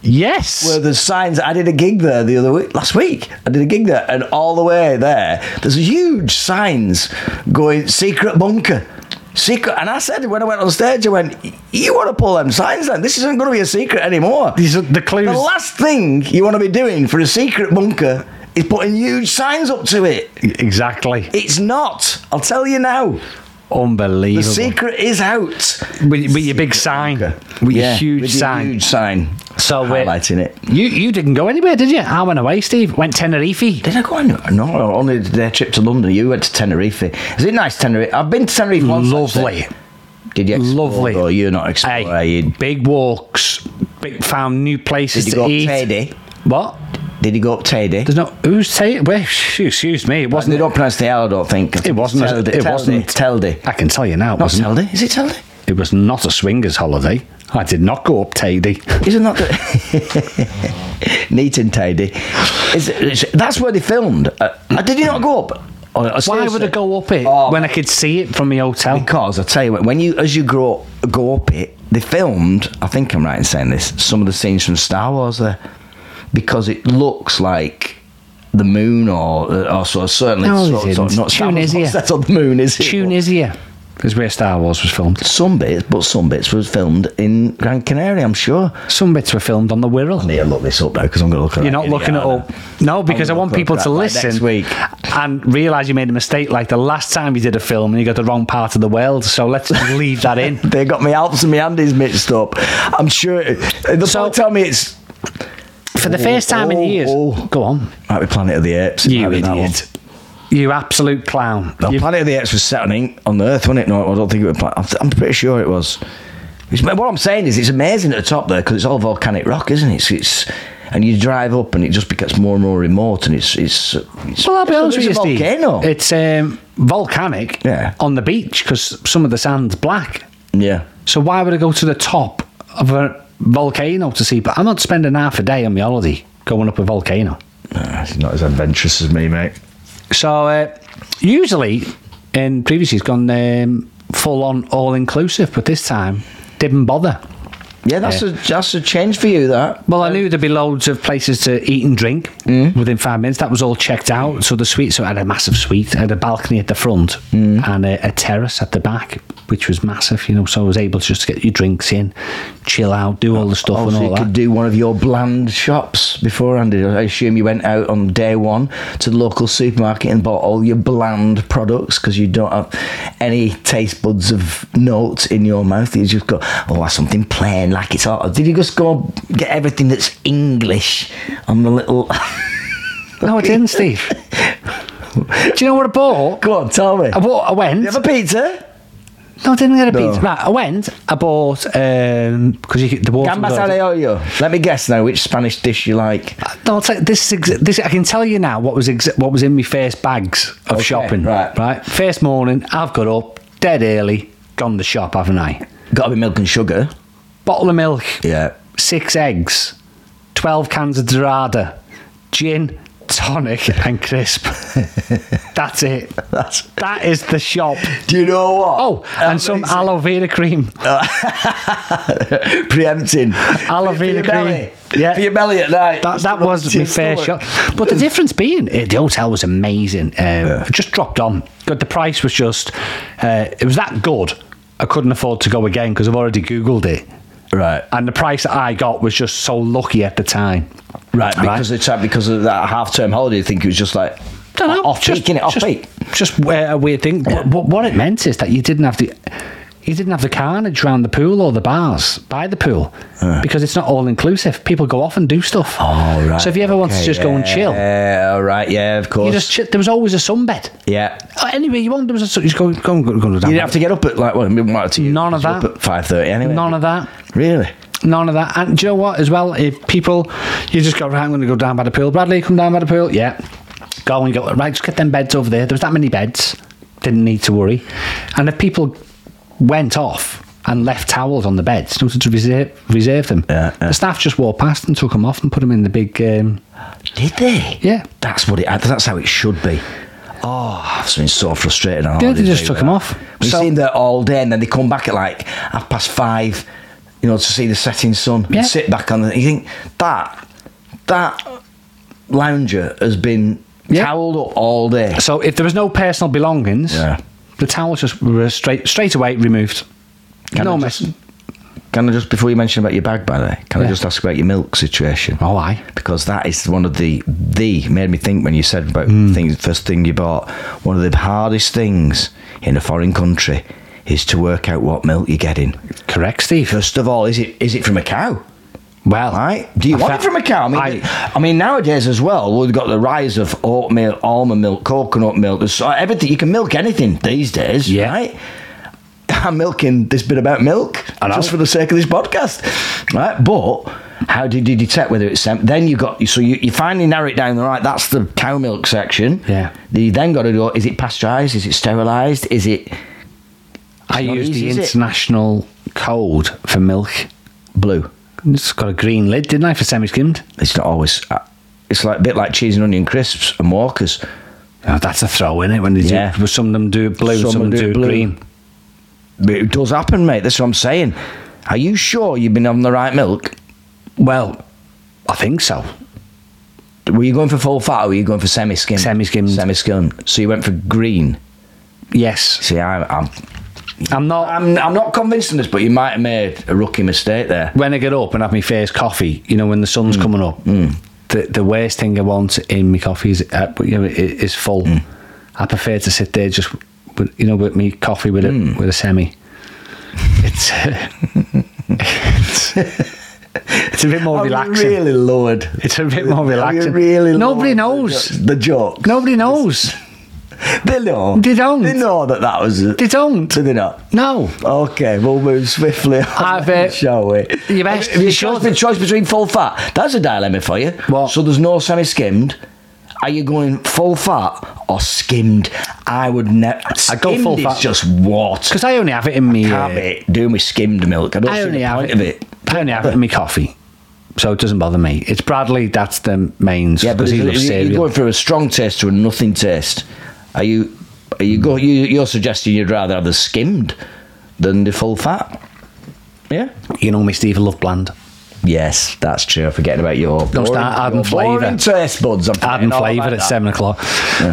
[SPEAKER 1] Yes.
[SPEAKER 2] Where there's signs. I did a gig there the other week, last week. I did a gig there, and all the way there, there's huge signs going secret bunker. Secret, and I said when I went on stage, I went, "You want to pull them signs? Then this isn't going to be a secret anymore."
[SPEAKER 1] These are the clues.
[SPEAKER 2] The last thing you want to be doing for a secret bunker is putting huge signs up to it.
[SPEAKER 1] exactly.
[SPEAKER 2] It's not. I'll tell you now. The
[SPEAKER 1] Unbelievable.
[SPEAKER 2] secret is out.
[SPEAKER 1] with, with your big sign, with your huge
[SPEAKER 2] with your
[SPEAKER 1] sign.
[SPEAKER 2] Huge sign.
[SPEAKER 1] So we're-
[SPEAKER 2] highlighting it.
[SPEAKER 1] You you didn't go anywhere, did you? I went away, Steve. Went Tenerife.
[SPEAKER 2] Did I go on? No, only their trip to London. You went to Tenerife. Is it nice, Tenerife? I've been to Tenerife once.
[SPEAKER 1] Lovely.
[SPEAKER 2] actually. Did you? Explore,
[SPEAKER 1] Lovely.
[SPEAKER 2] Or you're not exploring.
[SPEAKER 1] Hey,
[SPEAKER 2] You,
[SPEAKER 1] big walks. Big, found new places
[SPEAKER 2] did you
[SPEAKER 1] to
[SPEAKER 2] go up
[SPEAKER 1] eat.
[SPEAKER 2] Teide?
[SPEAKER 1] What?
[SPEAKER 2] Did you go up Teide?
[SPEAKER 1] There's no who's saying. Well, phew, excuse me. It
[SPEAKER 2] And they
[SPEAKER 1] wasn't.
[SPEAKER 2] don't pronounce the L, I don't think.
[SPEAKER 1] It wasn't. a-
[SPEAKER 2] Telde,
[SPEAKER 1] it
[SPEAKER 2] Telde,
[SPEAKER 1] wasn't.
[SPEAKER 2] Telde.
[SPEAKER 1] I can tell you now. It
[SPEAKER 2] Not
[SPEAKER 1] wasn't.
[SPEAKER 2] Telde. Is it Telde?
[SPEAKER 1] It was not a swingers holiday. I did not go up Tady.
[SPEAKER 2] Isn't that the neat and tidy? Is, is, that's where they filmed. Uh, uh, did you not go up? Oh,
[SPEAKER 1] Why
[SPEAKER 2] uh,
[SPEAKER 1] would I
[SPEAKER 2] seriously?
[SPEAKER 1] go up it
[SPEAKER 2] Oh,
[SPEAKER 1] when I could see it from the hotel?
[SPEAKER 2] because I tell you what, when you as you grow go up it, they filmed. I think I'm right in saying this. Some of the scenes from Star Wars there, because it looks like. The moon, or or so certainly,
[SPEAKER 1] No,
[SPEAKER 2] so,
[SPEAKER 1] it
[SPEAKER 2] so,
[SPEAKER 1] isn't.
[SPEAKER 2] not Star
[SPEAKER 1] Tune
[SPEAKER 2] Wars,
[SPEAKER 1] is
[SPEAKER 2] not
[SPEAKER 1] here.
[SPEAKER 2] set on the moon, is it?
[SPEAKER 1] Tunisia is where Star Wars was filmed.
[SPEAKER 2] Some bits, but some bits was filmed in Gran Canaria. I'm sure.
[SPEAKER 1] Some bits were filmed on the Wirral.
[SPEAKER 2] I need to look this up now because I'm going to look at
[SPEAKER 1] You're not looking it up. No, because I
[SPEAKER 2] gonna
[SPEAKER 1] want
[SPEAKER 2] look
[SPEAKER 1] people
[SPEAKER 2] up
[SPEAKER 1] to
[SPEAKER 2] that by
[SPEAKER 1] listen
[SPEAKER 2] next week.
[SPEAKER 1] and realise you made a mistake like the last time you did a film and you got the wrong part of the world. So let's leave that in.
[SPEAKER 2] They got my Alps and my Andes mixed up. I'm sure. They'll
[SPEAKER 1] So-
[SPEAKER 2] probably tell me it's.
[SPEAKER 1] For the first time in
[SPEAKER 2] Oh,
[SPEAKER 1] years.
[SPEAKER 2] oh.
[SPEAKER 1] Go on.
[SPEAKER 2] Might be Planet of the Apes. It
[SPEAKER 1] You
[SPEAKER 2] might be that
[SPEAKER 1] idiot. You absolute clown.
[SPEAKER 2] one. No,
[SPEAKER 1] You-
[SPEAKER 2] Planet of the Apes was set on, Eng- on Earth, wasn't it? No, I don't think it was. Pla- I'm, I'm pretty sure it was. It's- what I'm saying is, it's amazing at the top there because it's all volcanic rock, isn't it? It's, it's and you drive up and it just becomes more and more remote, and it's it's. it's
[SPEAKER 1] Well, I'll be
[SPEAKER 2] it's a-
[SPEAKER 1] honest with you,
[SPEAKER 2] it's a
[SPEAKER 1] Steve.
[SPEAKER 2] volcano.
[SPEAKER 1] It's um, volcanic
[SPEAKER 2] Yeah.
[SPEAKER 1] on the beach because some of the sand's black.
[SPEAKER 2] yeah.
[SPEAKER 1] So why would I go to the top of a volcano to see? But I'm not spending half a day on my holiday going up a volcano.
[SPEAKER 2] Nah, he's not as adventurous as me, mate.
[SPEAKER 1] So uh, usually in previous years gone um, full on all inclusive, but this time didn't bother.
[SPEAKER 2] Yeah, that's a that's a change for you. That
[SPEAKER 1] Well, I knew there'd be loads of places to eat and drink
[SPEAKER 2] Mm.
[SPEAKER 1] within five minutes. That was all checked out. So the suite, so I had a massive suite, I had a balcony at the front
[SPEAKER 2] Mm.
[SPEAKER 1] and a, a terrace at the back, which was massive, you know. So I was able to just get your drinks in, chill out, do all the stuff
[SPEAKER 2] Oh,
[SPEAKER 1] and
[SPEAKER 2] so
[SPEAKER 1] all
[SPEAKER 2] you
[SPEAKER 1] that.
[SPEAKER 2] could do one of your bland shops beforehand. did you? I assume you went out on day one to the local supermarket and bought all your bland products because you don't have any taste buds of notes in your mouth. You just go, oh, that's something plain, like it's hot. Did you just go get everything that's English on the little?
[SPEAKER 1] No, I didn't, Steve. do you know what I bought?
[SPEAKER 2] go on, tell me.
[SPEAKER 1] I bought. I went.
[SPEAKER 2] You have a pizza?
[SPEAKER 1] No, I didn't get a
[SPEAKER 2] No.
[SPEAKER 1] pizza. Right, I went. I bought because you could- the water.
[SPEAKER 2] Gambas
[SPEAKER 1] was
[SPEAKER 2] al
[SPEAKER 1] already-
[SPEAKER 2] ollo. Let me guess now which Spanish dish you like.
[SPEAKER 1] No, I'll tell you, this is ex- this. I can tell you now what was ex- what was in my first bags of
[SPEAKER 2] Okay,
[SPEAKER 1] shopping.
[SPEAKER 2] right.
[SPEAKER 1] right. First morning, I've got up dead early, gone to the shop, haven't I?
[SPEAKER 2] Gotta be milk and sugar.
[SPEAKER 1] Bottle of milk,
[SPEAKER 2] Yeah.
[SPEAKER 1] six eggs, twelve cans of Dorada, gin, tonic, and crisp. That's it.
[SPEAKER 2] That's-
[SPEAKER 1] that is the shop.
[SPEAKER 2] Do you know what?
[SPEAKER 1] Oh,
[SPEAKER 2] That
[SPEAKER 1] and some
[SPEAKER 2] makes it-
[SPEAKER 1] aloe vera cream.
[SPEAKER 2] preempting.
[SPEAKER 1] Aloe
[SPEAKER 2] For
[SPEAKER 1] vera
[SPEAKER 2] your
[SPEAKER 1] cream.
[SPEAKER 2] belly.
[SPEAKER 1] Yeah.
[SPEAKER 2] For your belly at night.
[SPEAKER 1] That, that was
[SPEAKER 2] To
[SPEAKER 1] my
[SPEAKER 2] your
[SPEAKER 1] fair
[SPEAKER 2] stomach.
[SPEAKER 1] shot. But the difference being, eh, the hotel was amazing. Uh, Just dropped on. Good. The price was just, uh, it was that good. I couldn't afford to go again because I've already Googled it.
[SPEAKER 2] Right.
[SPEAKER 1] And the price that I got was just so lucky at the time.
[SPEAKER 2] Right, because of time, because of that half term holiday, I think it was just like
[SPEAKER 1] Don't know.
[SPEAKER 2] off peak, innit? Off peak.
[SPEAKER 1] Just, just we- a weird thing. But, but what it meant is that you didn't have the you didn't have the carnage round the pool or the bars by the pool because it's not all inclusive. People go off and do stuff.
[SPEAKER 2] Oh, right.
[SPEAKER 1] So if you ever want to
[SPEAKER 2] Okay,
[SPEAKER 1] just go and chill,
[SPEAKER 2] Yeah, all right, yeah, of course.
[SPEAKER 1] you just chill. there was always a sunbed.
[SPEAKER 2] yeah.
[SPEAKER 1] Oh, Anyway, you want there was a sun, you just go go go, go down.
[SPEAKER 2] You didn't have to get up at like well, midnight to you.
[SPEAKER 1] None of
[SPEAKER 2] You were
[SPEAKER 1] that.
[SPEAKER 2] up at five thirty anyway.
[SPEAKER 1] None of that.
[SPEAKER 2] really.
[SPEAKER 1] None of that. And do you know what? As well, if people, you just go right. I'm going to go down by the pool. Bradley, come down by the pool. Yeah. Go and go. Right, just get them beds over there. There was that many beds. Didn't need to worry. And if people went off and left towels on the beds, nothing to reserve, reserve them.
[SPEAKER 2] Yeah, yeah.
[SPEAKER 1] The staff just walked past and took them off and put them in the big. Um,
[SPEAKER 2] Did they?
[SPEAKER 1] Yeah.
[SPEAKER 2] that's what it. That's how it should be. Oh, I've been so frustrated. on
[SPEAKER 1] Yeah, they
[SPEAKER 2] holidays
[SPEAKER 1] just
[SPEAKER 2] like
[SPEAKER 1] took
[SPEAKER 2] that.
[SPEAKER 1] 'em off.
[SPEAKER 2] We've
[SPEAKER 1] So-
[SPEAKER 2] seen that all day, and then they come back at like half past five, you know, to see the setting sun.
[SPEAKER 1] Yeah.
[SPEAKER 2] And sit back on the. You think that that lounger has been
[SPEAKER 1] Yeah.
[SPEAKER 2] towelled up all day.
[SPEAKER 1] so if there was no personal belongings,
[SPEAKER 2] Yeah.
[SPEAKER 1] the towels just were straight straight away removed.
[SPEAKER 2] Can
[SPEAKER 1] no
[SPEAKER 2] I just-
[SPEAKER 1] messing.
[SPEAKER 2] Can I just before you mention about your bag, by the way, can I
[SPEAKER 1] Yeah.
[SPEAKER 2] just ask about your milk situation?
[SPEAKER 1] Oh, aye.
[SPEAKER 2] because that is one of the the made me think when you said about things first thing you bought one of the hardest things in a foreign country is to work out what milk you're getting
[SPEAKER 1] Correct, Steve.
[SPEAKER 2] first of all is it is it from a cow
[SPEAKER 1] Well,
[SPEAKER 2] right do you
[SPEAKER 1] I
[SPEAKER 2] want
[SPEAKER 1] fa-
[SPEAKER 2] it from a cow I mean,
[SPEAKER 1] I-
[SPEAKER 2] I, mean nowadays as well we've got the rise of oat milk almond milk coconut milk there's so- everything you can milk anything these days
[SPEAKER 1] Yeah.
[SPEAKER 2] right I'm milking this bit about milk
[SPEAKER 1] I know.
[SPEAKER 2] just for the sake of this podcast, right? But how did you detect whether it's sent? Then you got so you, you finally narrow it down. Right, that's the cow milk section.
[SPEAKER 1] Yeah.
[SPEAKER 2] You then got to go. Is it pasteurised? Is it sterilised? Is it
[SPEAKER 1] I
[SPEAKER 2] It's not
[SPEAKER 1] used
[SPEAKER 2] easy,
[SPEAKER 1] the
[SPEAKER 2] is it?
[SPEAKER 1] international code for milk.
[SPEAKER 2] blue?
[SPEAKER 1] It's got a green lid, didn't I, for semi skimmed?
[SPEAKER 2] It's not always. uh, It's like a bit like cheese and onion crisps and Walkers.
[SPEAKER 1] Oh, that's a throw, in it? When they
[SPEAKER 2] Yeah.
[SPEAKER 1] do, well, some of them do it blue, some, of them do, it
[SPEAKER 2] blue.
[SPEAKER 1] green.
[SPEAKER 2] But it does happen, mate. That's what I'm saying. Are you sure you've been having the right milk?
[SPEAKER 1] Well, I think so.
[SPEAKER 2] Were you going for full fat or were you going for semi skim?
[SPEAKER 1] Semi-skimmed.
[SPEAKER 2] Semi skim. So you went for green.
[SPEAKER 1] Yes,
[SPEAKER 2] See, I'm, I'm
[SPEAKER 1] I'm not.
[SPEAKER 2] I'm, I'm not convinced on this, but you might have made a rookie mistake there.
[SPEAKER 1] when I get up and have my first coffee, you know, when the
[SPEAKER 2] Mm.
[SPEAKER 1] sun's coming up, the the worst thing I want in my coffee is uh, you know i- is full.
[SPEAKER 2] Mm.
[SPEAKER 1] I prefer to sit there just with, you know with me coffee with a
[SPEAKER 2] Mm.
[SPEAKER 1] with a semi. It's. Uh, it's it's a bit more relaxing.
[SPEAKER 2] really lowered.
[SPEAKER 1] It's a bit more
[SPEAKER 2] Have you
[SPEAKER 1] relaxing.
[SPEAKER 2] really
[SPEAKER 1] Nobody
[SPEAKER 2] lowered
[SPEAKER 1] knows.
[SPEAKER 2] The, jo- the joke.
[SPEAKER 1] Nobody knows.
[SPEAKER 2] They know.
[SPEAKER 1] They don't.
[SPEAKER 2] They know that that was it.
[SPEAKER 1] They don't.
[SPEAKER 2] Do they not?
[SPEAKER 1] No.
[SPEAKER 2] Okay, we'll move swiftly on,
[SPEAKER 1] I've, uh,
[SPEAKER 2] shall we?
[SPEAKER 1] you best-
[SPEAKER 2] If
[SPEAKER 1] you
[SPEAKER 2] you
[SPEAKER 1] should.
[SPEAKER 2] choice, the choice between full fat, that's a dilemma for you.
[SPEAKER 1] What?
[SPEAKER 2] So there's no semi skimmed. Are you going full fat or skimmed? I would never.
[SPEAKER 1] I'd go full fat.
[SPEAKER 2] just water.
[SPEAKER 1] Because I only have it in me. uh,
[SPEAKER 2] Can't be doing with skimmed milk. I don't
[SPEAKER 1] I
[SPEAKER 2] see
[SPEAKER 1] only
[SPEAKER 2] the
[SPEAKER 1] have
[SPEAKER 2] point
[SPEAKER 1] it,
[SPEAKER 2] of it.
[SPEAKER 1] I only have it in me coffee. So it doesn't bother me. It's Bradley, that's the main.
[SPEAKER 2] Yeah, but
[SPEAKER 1] he loves
[SPEAKER 2] you- you're
[SPEAKER 1] cereal.
[SPEAKER 2] going from a strong taste to a nothing taste. Are you? You go. You, you're suggesting you'd rather have the skimmed than the full fat. Yeah.
[SPEAKER 1] You know me, Steve, I love bland.
[SPEAKER 2] Yes, that's true. I'm forgetting about your boring,
[SPEAKER 1] start adding
[SPEAKER 2] your
[SPEAKER 1] flavour.
[SPEAKER 2] boring taste buds. I'm
[SPEAKER 1] Adding
[SPEAKER 2] forgetting all about
[SPEAKER 1] flavour at
[SPEAKER 2] that.
[SPEAKER 1] seven o'clock.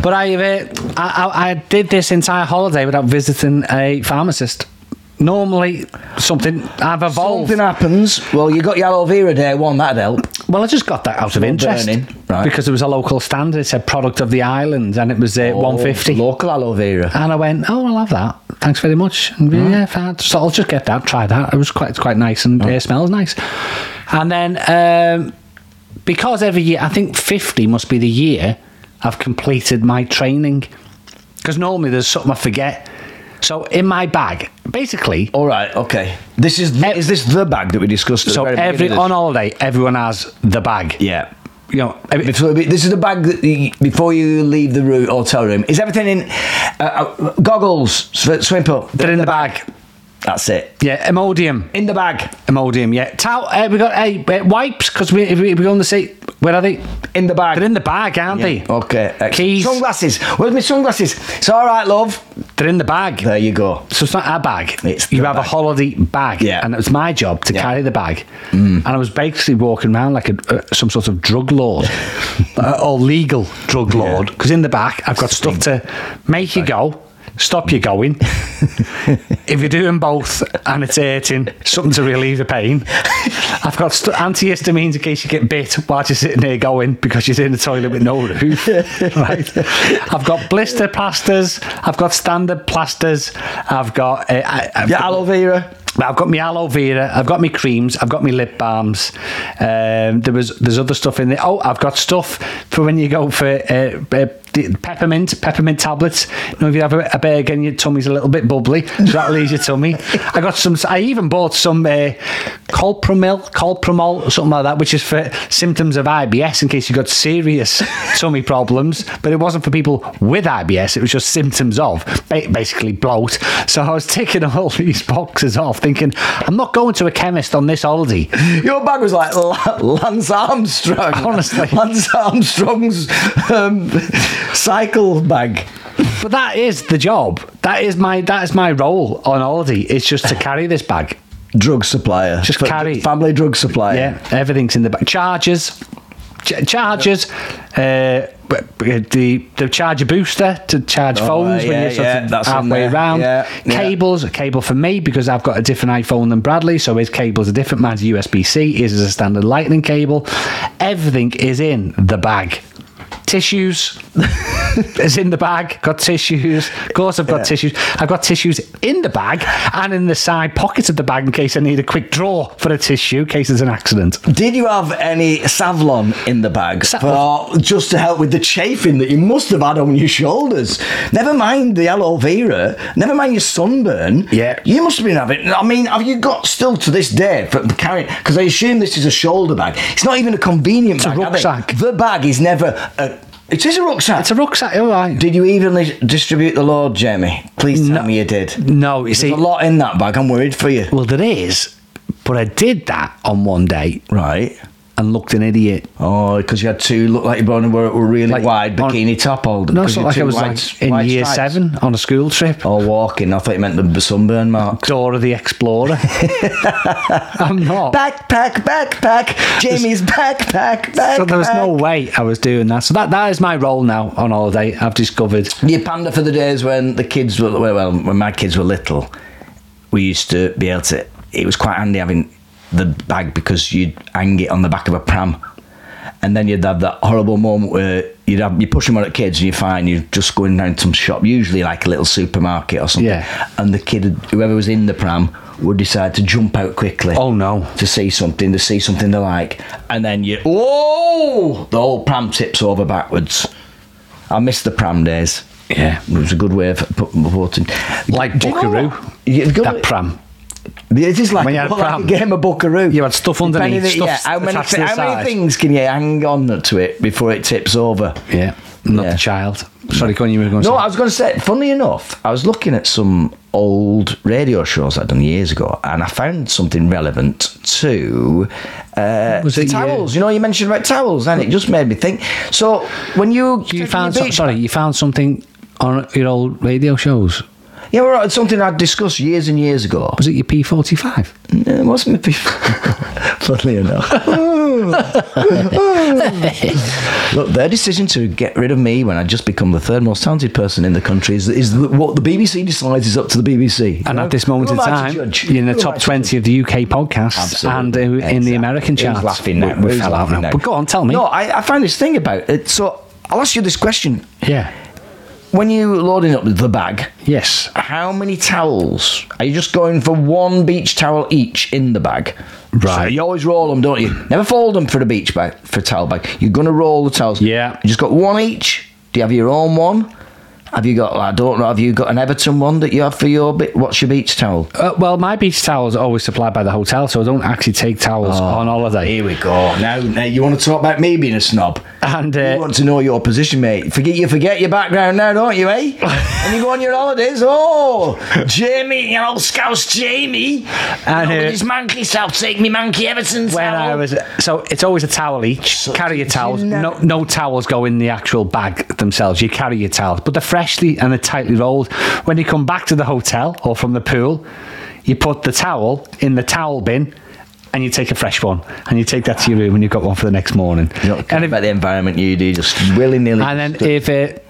[SPEAKER 1] But I, uh, I, I, I did this entire holiday without visiting a pharmacist. Normally, something I've evolved.
[SPEAKER 2] Something happens. Well, you got your aloe vera day one. That'd help.
[SPEAKER 1] Well, I just got that out of
[SPEAKER 2] Slow
[SPEAKER 1] interest
[SPEAKER 2] burning, right.
[SPEAKER 1] because there was a local standard. It said product of the island, and it was
[SPEAKER 2] Oh,
[SPEAKER 1] uh, one fifty.
[SPEAKER 2] Local aloe vera.
[SPEAKER 1] And I went, oh, I'll have that. Thanks very much. And
[SPEAKER 2] Mm-hmm.
[SPEAKER 1] yeah, fine. So I'll just get that, try that. It was quite quite nice and
[SPEAKER 2] Mm-hmm.
[SPEAKER 1] it smells nice. And then um, because every year, I think 50 must be the year I've completed my training. Because normally there's something I forget. So in my bag, basically,
[SPEAKER 2] All right. Okay. This is the,
[SPEAKER 1] Ev-
[SPEAKER 2] is this the bag that we discussed? At
[SPEAKER 1] so
[SPEAKER 2] the very beginning
[SPEAKER 1] every
[SPEAKER 2] of this?
[SPEAKER 1] on holiday, everyone has the bag.
[SPEAKER 2] yeah.
[SPEAKER 1] You know, every-
[SPEAKER 2] Before, this is the bag that you, before you leave the room, hotel room. Is everything in? Uh, uh, goggles, sw- swim up.
[SPEAKER 1] they're in the bag.
[SPEAKER 2] That's it.
[SPEAKER 1] Yeah, Imodium.
[SPEAKER 2] In the bag.
[SPEAKER 1] Imodium, yeah. Towel, uh, we got hey, uh, wipes, because we, if we, if we go on the seat. Where are they?
[SPEAKER 2] In the bag.
[SPEAKER 1] They're in the bag, aren't they?
[SPEAKER 2] Okay. uh, excellent.
[SPEAKER 1] Keys.
[SPEAKER 2] Sunglasses. Where's my sunglasses? It's all right, love.
[SPEAKER 1] They're in the bag.
[SPEAKER 2] There you go.
[SPEAKER 1] so it's not our bag.
[SPEAKER 2] It's
[SPEAKER 1] you
[SPEAKER 2] the
[SPEAKER 1] have a
[SPEAKER 2] bag.
[SPEAKER 1] holiday bag,
[SPEAKER 2] Yeah.
[SPEAKER 1] and it was my job to
[SPEAKER 2] Yeah. Mm.
[SPEAKER 1] carry the bag. And I was basically walking around like a, uh, some sort of drug lord uh, or legal drug lord, because in the back I've got stuff to make you go, stop you going. if you're doing both and it's hurting, something to relieve the pain. I've got st- antihistamines in case you get bit while you're sitting there going because you're in the toilet with no roof. right. I've got blister plasters. I've got standard plasters. I've got uh, I, I've
[SPEAKER 2] Your
[SPEAKER 1] got-
[SPEAKER 2] aloe vera.
[SPEAKER 1] I've got my aloe vera. I've got my creams. I've got my lip balms. Um, there was there's other stuff in there. Oh, I've got stuff for when you go for uh, uh, the peppermint peppermint tablets. You know, if you have a, a burger and your tummy's a little bit bubbly, so that'll ease your tummy. I got some. I even bought some uh, colpramil, colpramol, something like that, which is for symptoms of IBS in case you got serious tummy problems. But it wasn't for people with IBS. It was just symptoms of ba- basically bloat. So I was ticking all these boxes off, thinking I'm not going to a chemist on this holiday.
[SPEAKER 2] Your bag was like La- Lance Armstrong.
[SPEAKER 1] Honestly.
[SPEAKER 2] Lance Armstrong's um, cycle bag.
[SPEAKER 1] But that is the job. That is my that is my role on holiday. It's just to carry this bag.
[SPEAKER 2] Drug supplier.
[SPEAKER 1] Just
[SPEAKER 2] F-
[SPEAKER 1] carry-
[SPEAKER 2] Family drug supplier.
[SPEAKER 1] Yeah, everything's in the back. Chargers, ch- chargers, uh, b- b- the the charger booster to charge
[SPEAKER 2] Oh,
[SPEAKER 1] phones when
[SPEAKER 2] yeah,
[SPEAKER 1] you're sort
[SPEAKER 2] yeah,
[SPEAKER 1] of
[SPEAKER 2] that's in
[SPEAKER 1] halfway
[SPEAKER 2] there.
[SPEAKER 1] around.
[SPEAKER 2] Yeah, yeah.
[SPEAKER 1] Cables, a cable for me because I've got a different iPhone than Bradley, so his cable's are different. Mine's USB C, his is a standard Lightning cable. Everything is in the bag. Tissues is in the bag. Got tissues. Of course, I've got tissues. I've got tissues in the bag and in the side pockets of the bag in case I need a quick draw for a tissue in case there's an accident.
[SPEAKER 2] Did you have any Savlon in the bag
[SPEAKER 1] Savlon?
[SPEAKER 2] for uh, just to help with the chafing that you must have had on your shoulders? Never mind the aloe vera, never mind your sunburn.
[SPEAKER 1] Yeah.
[SPEAKER 2] you must have been having. I mean, have you got still to this day for carrying? Because I assume this is a shoulder bag. It's not even a convenient
[SPEAKER 1] a
[SPEAKER 2] bag. have they?
[SPEAKER 1] rucksack.
[SPEAKER 2] The bag is never a. It is a rucksack.
[SPEAKER 1] It's a rucksack, all right.
[SPEAKER 2] Did you evenly distribute the load, Jamie? Please tell me you did.
[SPEAKER 1] No, you see,
[SPEAKER 2] There's a lot in that bag. I'm worried for you.
[SPEAKER 1] well, there is, but I did that on one day
[SPEAKER 2] Right.
[SPEAKER 1] and looked an idiot.
[SPEAKER 2] Oh, because you had two look like your bone were, were really
[SPEAKER 1] Like,
[SPEAKER 2] wide
[SPEAKER 1] on-
[SPEAKER 2] bikini top holders.
[SPEAKER 1] No, it's not like I was like in year seven on a school trip.
[SPEAKER 2] Or walking. I thought you meant the b- sunburn marks.
[SPEAKER 1] Dora the Explorer. I'm not.
[SPEAKER 2] Backpack, backpack. Jamie's backpack, backpack.
[SPEAKER 1] So there was no way I was doing that. So that, that is my role now on holiday. I've discovered.
[SPEAKER 2] You panda for the days when the kids were well, well, when my kids were little, we used to be able to. It was quite handy having the bag because you'd hang it on the back of a pram, and then you'd have that horrible moment where you'd have you push them on at kids and you find you're just going down some shop, usually like a little supermarket or something,
[SPEAKER 1] Yeah.
[SPEAKER 2] and the kid, whoever was in the pram, would decide to jump out quickly
[SPEAKER 1] Oh no.
[SPEAKER 2] to see something, to see something they like, and then you, whoa, the whole pram tips over backwards. I miss the pram days.
[SPEAKER 1] Yeah.
[SPEAKER 2] it was a good way of put- voting.
[SPEAKER 1] Like
[SPEAKER 2] Do you know
[SPEAKER 1] Buckaroo.
[SPEAKER 2] what? You go-
[SPEAKER 1] that pram.
[SPEAKER 2] It is like,
[SPEAKER 1] When you had a
[SPEAKER 2] well, like
[SPEAKER 1] pram.
[SPEAKER 2] a game of Buckaroo.
[SPEAKER 1] You had stuff underneath,
[SPEAKER 2] Depending-
[SPEAKER 1] stuff
[SPEAKER 2] yeah, how many,
[SPEAKER 1] attached to the
[SPEAKER 2] how many
[SPEAKER 1] side.
[SPEAKER 2] things can you hang on to it before it tips over?
[SPEAKER 1] Yeah. Not
[SPEAKER 2] Yeah.
[SPEAKER 1] the child. Sorry, Connie, you were going to
[SPEAKER 2] No,
[SPEAKER 1] say.
[SPEAKER 2] I was going to say, funnily enough, I was looking at some old radio shows I'd done years ago and I found something relevant to uh,
[SPEAKER 1] Was it
[SPEAKER 2] towels. You know, you mentioned about towels, and it just made me think. So, when you.
[SPEAKER 1] you
[SPEAKER 2] taking
[SPEAKER 1] found
[SPEAKER 2] your
[SPEAKER 1] so,
[SPEAKER 2] beach-
[SPEAKER 1] sorry, you found something on your old radio shows?
[SPEAKER 2] Yeah, well, it's something I discussed years and years ago.
[SPEAKER 1] Was it your P45?
[SPEAKER 2] No, it wasn't it before? Funnily enough. Look, their decision to get rid of me when I just become the third most talented person in the country is, is the, what the BBC decides is up to the BBC.
[SPEAKER 1] And
[SPEAKER 2] You know?
[SPEAKER 1] at this moment
[SPEAKER 2] Who
[SPEAKER 1] in
[SPEAKER 2] am I to
[SPEAKER 1] time,
[SPEAKER 2] judge?
[SPEAKER 1] you're in the
[SPEAKER 2] Who am I
[SPEAKER 1] top
[SPEAKER 2] to
[SPEAKER 1] 20 of the UK podcasts and uh, in the
[SPEAKER 2] Exactly.
[SPEAKER 1] American
[SPEAKER 2] Who's
[SPEAKER 1] charts.
[SPEAKER 2] laughing
[SPEAKER 1] We-
[SPEAKER 2] now?
[SPEAKER 1] we
[SPEAKER 2] Who's
[SPEAKER 1] fell out
[SPEAKER 2] laughing
[SPEAKER 1] now. But go on, tell me.
[SPEAKER 2] No, I, I find this thing about it. So I'll ask you this question:
[SPEAKER 1] Yeah.
[SPEAKER 2] When you loading up the bag,
[SPEAKER 1] Yes.
[SPEAKER 2] how many towels are you just going for one beach towel each in the bag?
[SPEAKER 1] Right.
[SPEAKER 2] So you always roll them, don't you? Never fold them for the beach bag for towel bag. You're gonna roll the towels.
[SPEAKER 1] Yeah.
[SPEAKER 2] You just got one each. Do you have your own one? Have you got? I don't know. Have you got an Everton one that you have for your? Bit, what's your beach towel?
[SPEAKER 1] Uh, well, my beach towels are always supplied by the hotel, so I don't actually take towels on holiday.
[SPEAKER 2] Here we go. Now, now you want to talk about me being a snob?
[SPEAKER 1] And
[SPEAKER 2] You
[SPEAKER 1] uh,
[SPEAKER 2] want to know your position, mate. Forget you forget your background now, don't you, eh? and you go on your holidays. Oh, Jamie, your old scouse Jamie.
[SPEAKER 1] And,
[SPEAKER 2] And
[SPEAKER 1] uh,
[SPEAKER 2] with his monkey self, take me monkey Everton
[SPEAKER 1] when
[SPEAKER 2] towel.
[SPEAKER 1] I was so it's always a towel each. carry your towels. No, no towels go in the actual bag themselves. You carry your towels, but they're freshly and they're tightly rolled. When you come back to the hotel or from the pool, you put the towel in the towel bin. And you take a fresh one, and you take that to your room, and you've got one for the next morning.
[SPEAKER 2] You don't care
[SPEAKER 1] And if-
[SPEAKER 2] about the environment you do, just willy
[SPEAKER 1] And
[SPEAKER 2] nilly.
[SPEAKER 1] uh, then if it,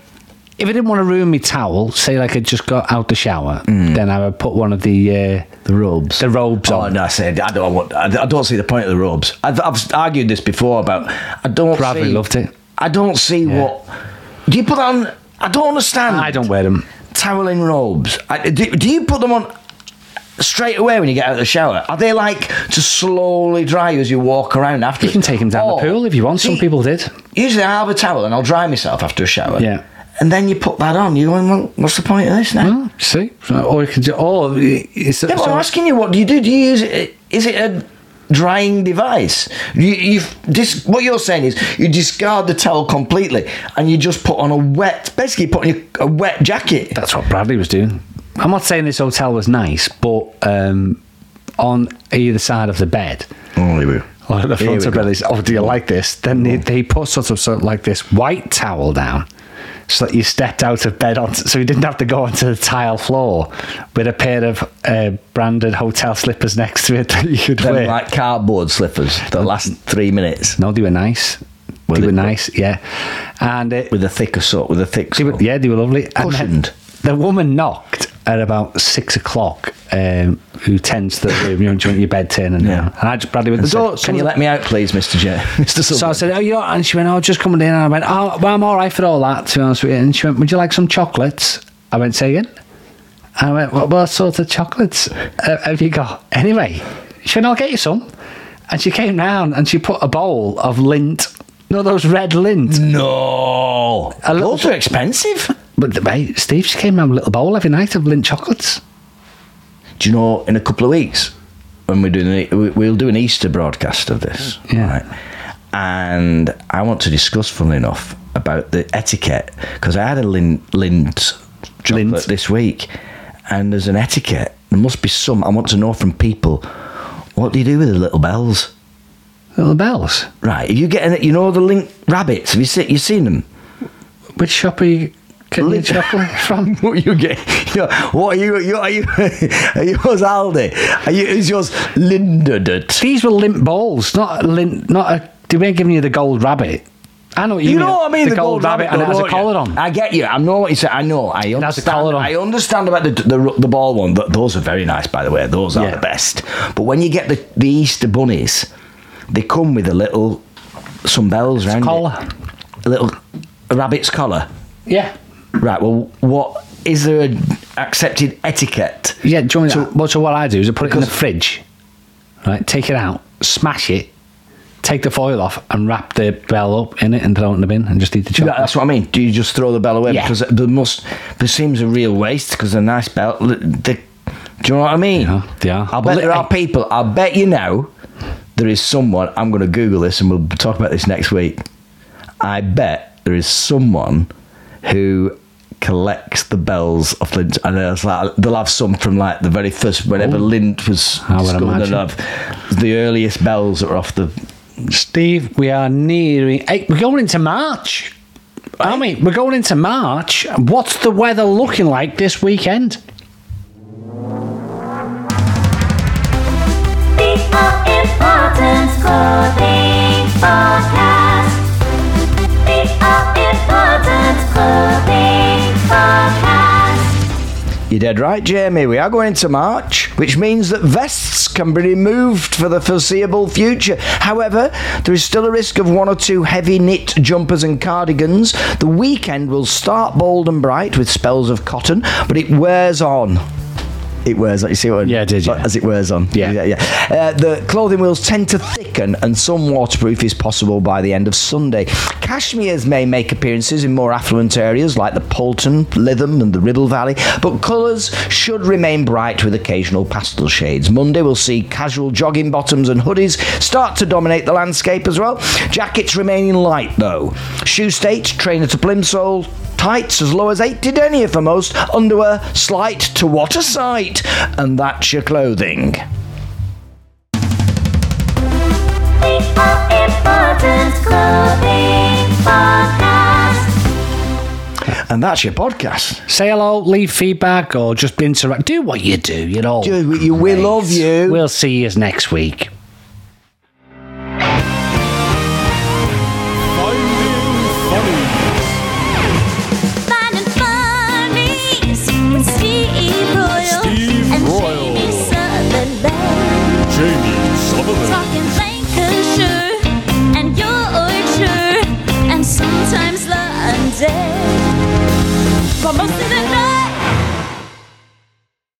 [SPEAKER 1] if I didn't want to ruin my towel, say like I just got out the shower, then I would put one of the uh,
[SPEAKER 2] the robes.
[SPEAKER 1] the robes
[SPEAKER 2] Oh
[SPEAKER 1] on.
[SPEAKER 2] no! I said I don't. Want, I I don't see the point of the robes. I've, I've argued this before about. I don't.
[SPEAKER 1] Bradley
[SPEAKER 2] see,
[SPEAKER 1] loved it.
[SPEAKER 2] I don't see what. Do you put on? I don't understand.
[SPEAKER 1] I don't wear them.
[SPEAKER 2] towel in robes. I, do, do you put them on straight away when you get out of the shower? Are they like to slowly dry as you walk around after?
[SPEAKER 1] You can take them down
[SPEAKER 2] Or-
[SPEAKER 1] the pool if you want. Some
[SPEAKER 2] See,
[SPEAKER 1] people did.
[SPEAKER 2] Usually, I have a towel and I'll dry myself after a shower.
[SPEAKER 1] Yeah.
[SPEAKER 2] And then you put that on. You're going, well, what's the point of this now?
[SPEAKER 1] Oh, see, So- or you could do. Or it's,
[SPEAKER 2] Yeah, but
[SPEAKER 1] so-
[SPEAKER 2] I'm asking you, what do you do? Do you use it? Is it a drying device? You, you've dis, what you're saying is you discard the towel completely and you just put on a wet, basically putting a, a wet jacket.
[SPEAKER 1] that's what Bradley was doing. I'm not saying this hotel was nice, but um, on either side of the bed. Or at the
[SPEAKER 2] Here
[SPEAKER 1] front
[SPEAKER 2] we
[SPEAKER 1] of
[SPEAKER 2] go.
[SPEAKER 1] Bradley's, oh, do you like this? Then they, they put sort of, sort of like this white towel down so that you stepped out of bed on, so you didn't have to go onto the tile floor with a pair of uh, branded hotel slippers next to it that you could
[SPEAKER 2] Them
[SPEAKER 1] wear.
[SPEAKER 2] like cardboard slippers that last three minutes
[SPEAKER 1] no, they were nice.
[SPEAKER 2] Were
[SPEAKER 1] they,
[SPEAKER 2] they-
[SPEAKER 1] were nice, yeah. And it,
[SPEAKER 2] with a thicker sort, with a thick
[SPEAKER 1] They
[SPEAKER 2] sole.
[SPEAKER 1] were, yeah, they were lovely. And then
[SPEAKER 2] Cushioned.
[SPEAKER 1] the woman knocked at about six o'clock. Um, who tends to the room? You know, do you want your bed turning
[SPEAKER 2] Yeah.
[SPEAKER 1] now? And I just Bradley went. The
[SPEAKER 2] So,
[SPEAKER 1] door.
[SPEAKER 2] Can you let me out, please, Mr. J? Mr.
[SPEAKER 1] So I
[SPEAKER 2] Sullivan.
[SPEAKER 1] said, "Oh, you're," and she went, "Oh, just coming in." And I went, "Oh, well, I'm all right for all that, to be honest with you." And she went, "Would you like some chocolates?" I went, "Say again." And I went, "What, what sort of chocolates uh, have you got?" Anyway, she went, "I'll get you some." And she came round and she put a bowl of lint. No, those red lint.
[SPEAKER 2] no.
[SPEAKER 1] A little-
[SPEAKER 2] Those are expensive.
[SPEAKER 1] But mate, Steve, she came round with a little bowl every night of lint chocolates.
[SPEAKER 2] Do you know? In a couple of weeks, when we do an, E- we- we'll do an Easter broadcast of this.
[SPEAKER 1] Yeah.
[SPEAKER 2] And I want to discuss, funnily enough, about the etiquette because I had a lin, lint chocolate
[SPEAKER 1] Lint.
[SPEAKER 2] this week, and there's an etiquette. There must be some. I want to know from people. What do you do with the little bells?
[SPEAKER 1] Little bells.
[SPEAKER 2] Right, if you get in it, you know the link rabbits. Have you seen you seen them?
[SPEAKER 1] Which shop are you getting your
[SPEAKER 2] Lint-
[SPEAKER 1] chocolate from?
[SPEAKER 2] What you get? You know, what are you? you are you? Are yours Aldi? Are you? Is yours Lindadut?
[SPEAKER 1] These were lint balls, not a lint. Not a. They weren't giving you the gold rabbit. I know what you,
[SPEAKER 2] You know what I mean?
[SPEAKER 1] The, gold, rabbit, and it
[SPEAKER 2] though,
[SPEAKER 1] has a
[SPEAKER 2] don't you?
[SPEAKER 1] collar on.
[SPEAKER 2] I get you. I know what you say. I know. I understand.
[SPEAKER 1] has a collar on.
[SPEAKER 2] I understand about the the, the ball one. Th- Those are very nice, by the way. Those are
[SPEAKER 1] Yeah.
[SPEAKER 2] the best. But when you get the, the Easter bunnies, they come with a little some bells round it.
[SPEAKER 1] collar.
[SPEAKER 2] a little a rabbit's collar.
[SPEAKER 1] yeah.
[SPEAKER 2] Right. Well, what is there an accepted etiquette?
[SPEAKER 1] Yeah. Do you want me to- well, so what I do is I put it in the
[SPEAKER 2] Because-
[SPEAKER 1] fridge. Right. Take it out. Smash it. Take the foil off and wrap the bell up in it and throw it in the bin and just eat the
[SPEAKER 2] Yeah,
[SPEAKER 1] chocolate.
[SPEAKER 2] that's what I mean. Do you just throw the bell away?
[SPEAKER 1] Yeah.
[SPEAKER 2] Because there must, there seems a real waste because a nice bell. li- The, do you know what I mean?
[SPEAKER 1] Yeah, they are.
[SPEAKER 2] I
[SPEAKER 1] Well,
[SPEAKER 2] bet there
[SPEAKER 1] I-
[SPEAKER 2] are people. I bet you know there is someone. I'm going to Google this and we'll talk about this next week. I bet there is someone who collects the bells of lint, and it's like they'll have some from like the very first whenever lint was
[SPEAKER 1] Oh. I would
[SPEAKER 2] discovered.
[SPEAKER 1] imagine.
[SPEAKER 2] They'll have the earliest bells that were off the
[SPEAKER 1] Steve, we are nearing. Hey, we're going into March. I mean, we're going into March. What's the weather looking like this weekend?
[SPEAKER 3] The All Important Clothing Podcast. The All Important Clothing Podcast.
[SPEAKER 2] You're dead right, Jamie. We are going into March, which means that vests can be removed for the foreseeable future. However, there is still a risk of one or two heavy knit jumpers and cardigans. The weekend will start bold and bright with spells of cotton, but it wears on. It wears on. You see what?
[SPEAKER 1] Yeah, I did, yeah.
[SPEAKER 2] As it wears on.
[SPEAKER 1] Yeah.
[SPEAKER 2] yeah, yeah. Uh, the clothing wheels tend to thicken, and some waterproof is possible by the end of Sunday. Cashmere's may make appearances in more affluent areas like the Poulton, Lytham, and the Ribble Valley, but colours should remain bright with occasional pastel shades. Monday will see casual jogging bottoms and hoodies start to dominate the landscape as well. Jackets remaining light though. Shoe state, trainer to plimsoll, tights as low as 80 denier for most, underwear slight to water sight, and that's your clothing.
[SPEAKER 3] The All Important Clothing Podcast.
[SPEAKER 2] And that's your podcast.
[SPEAKER 1] Say hello, leave feedback, or just interact. Do what you do. You know.
[SPEAKER 2] Do what you- we love you.
[SPEAKER 1] We'll see you next week.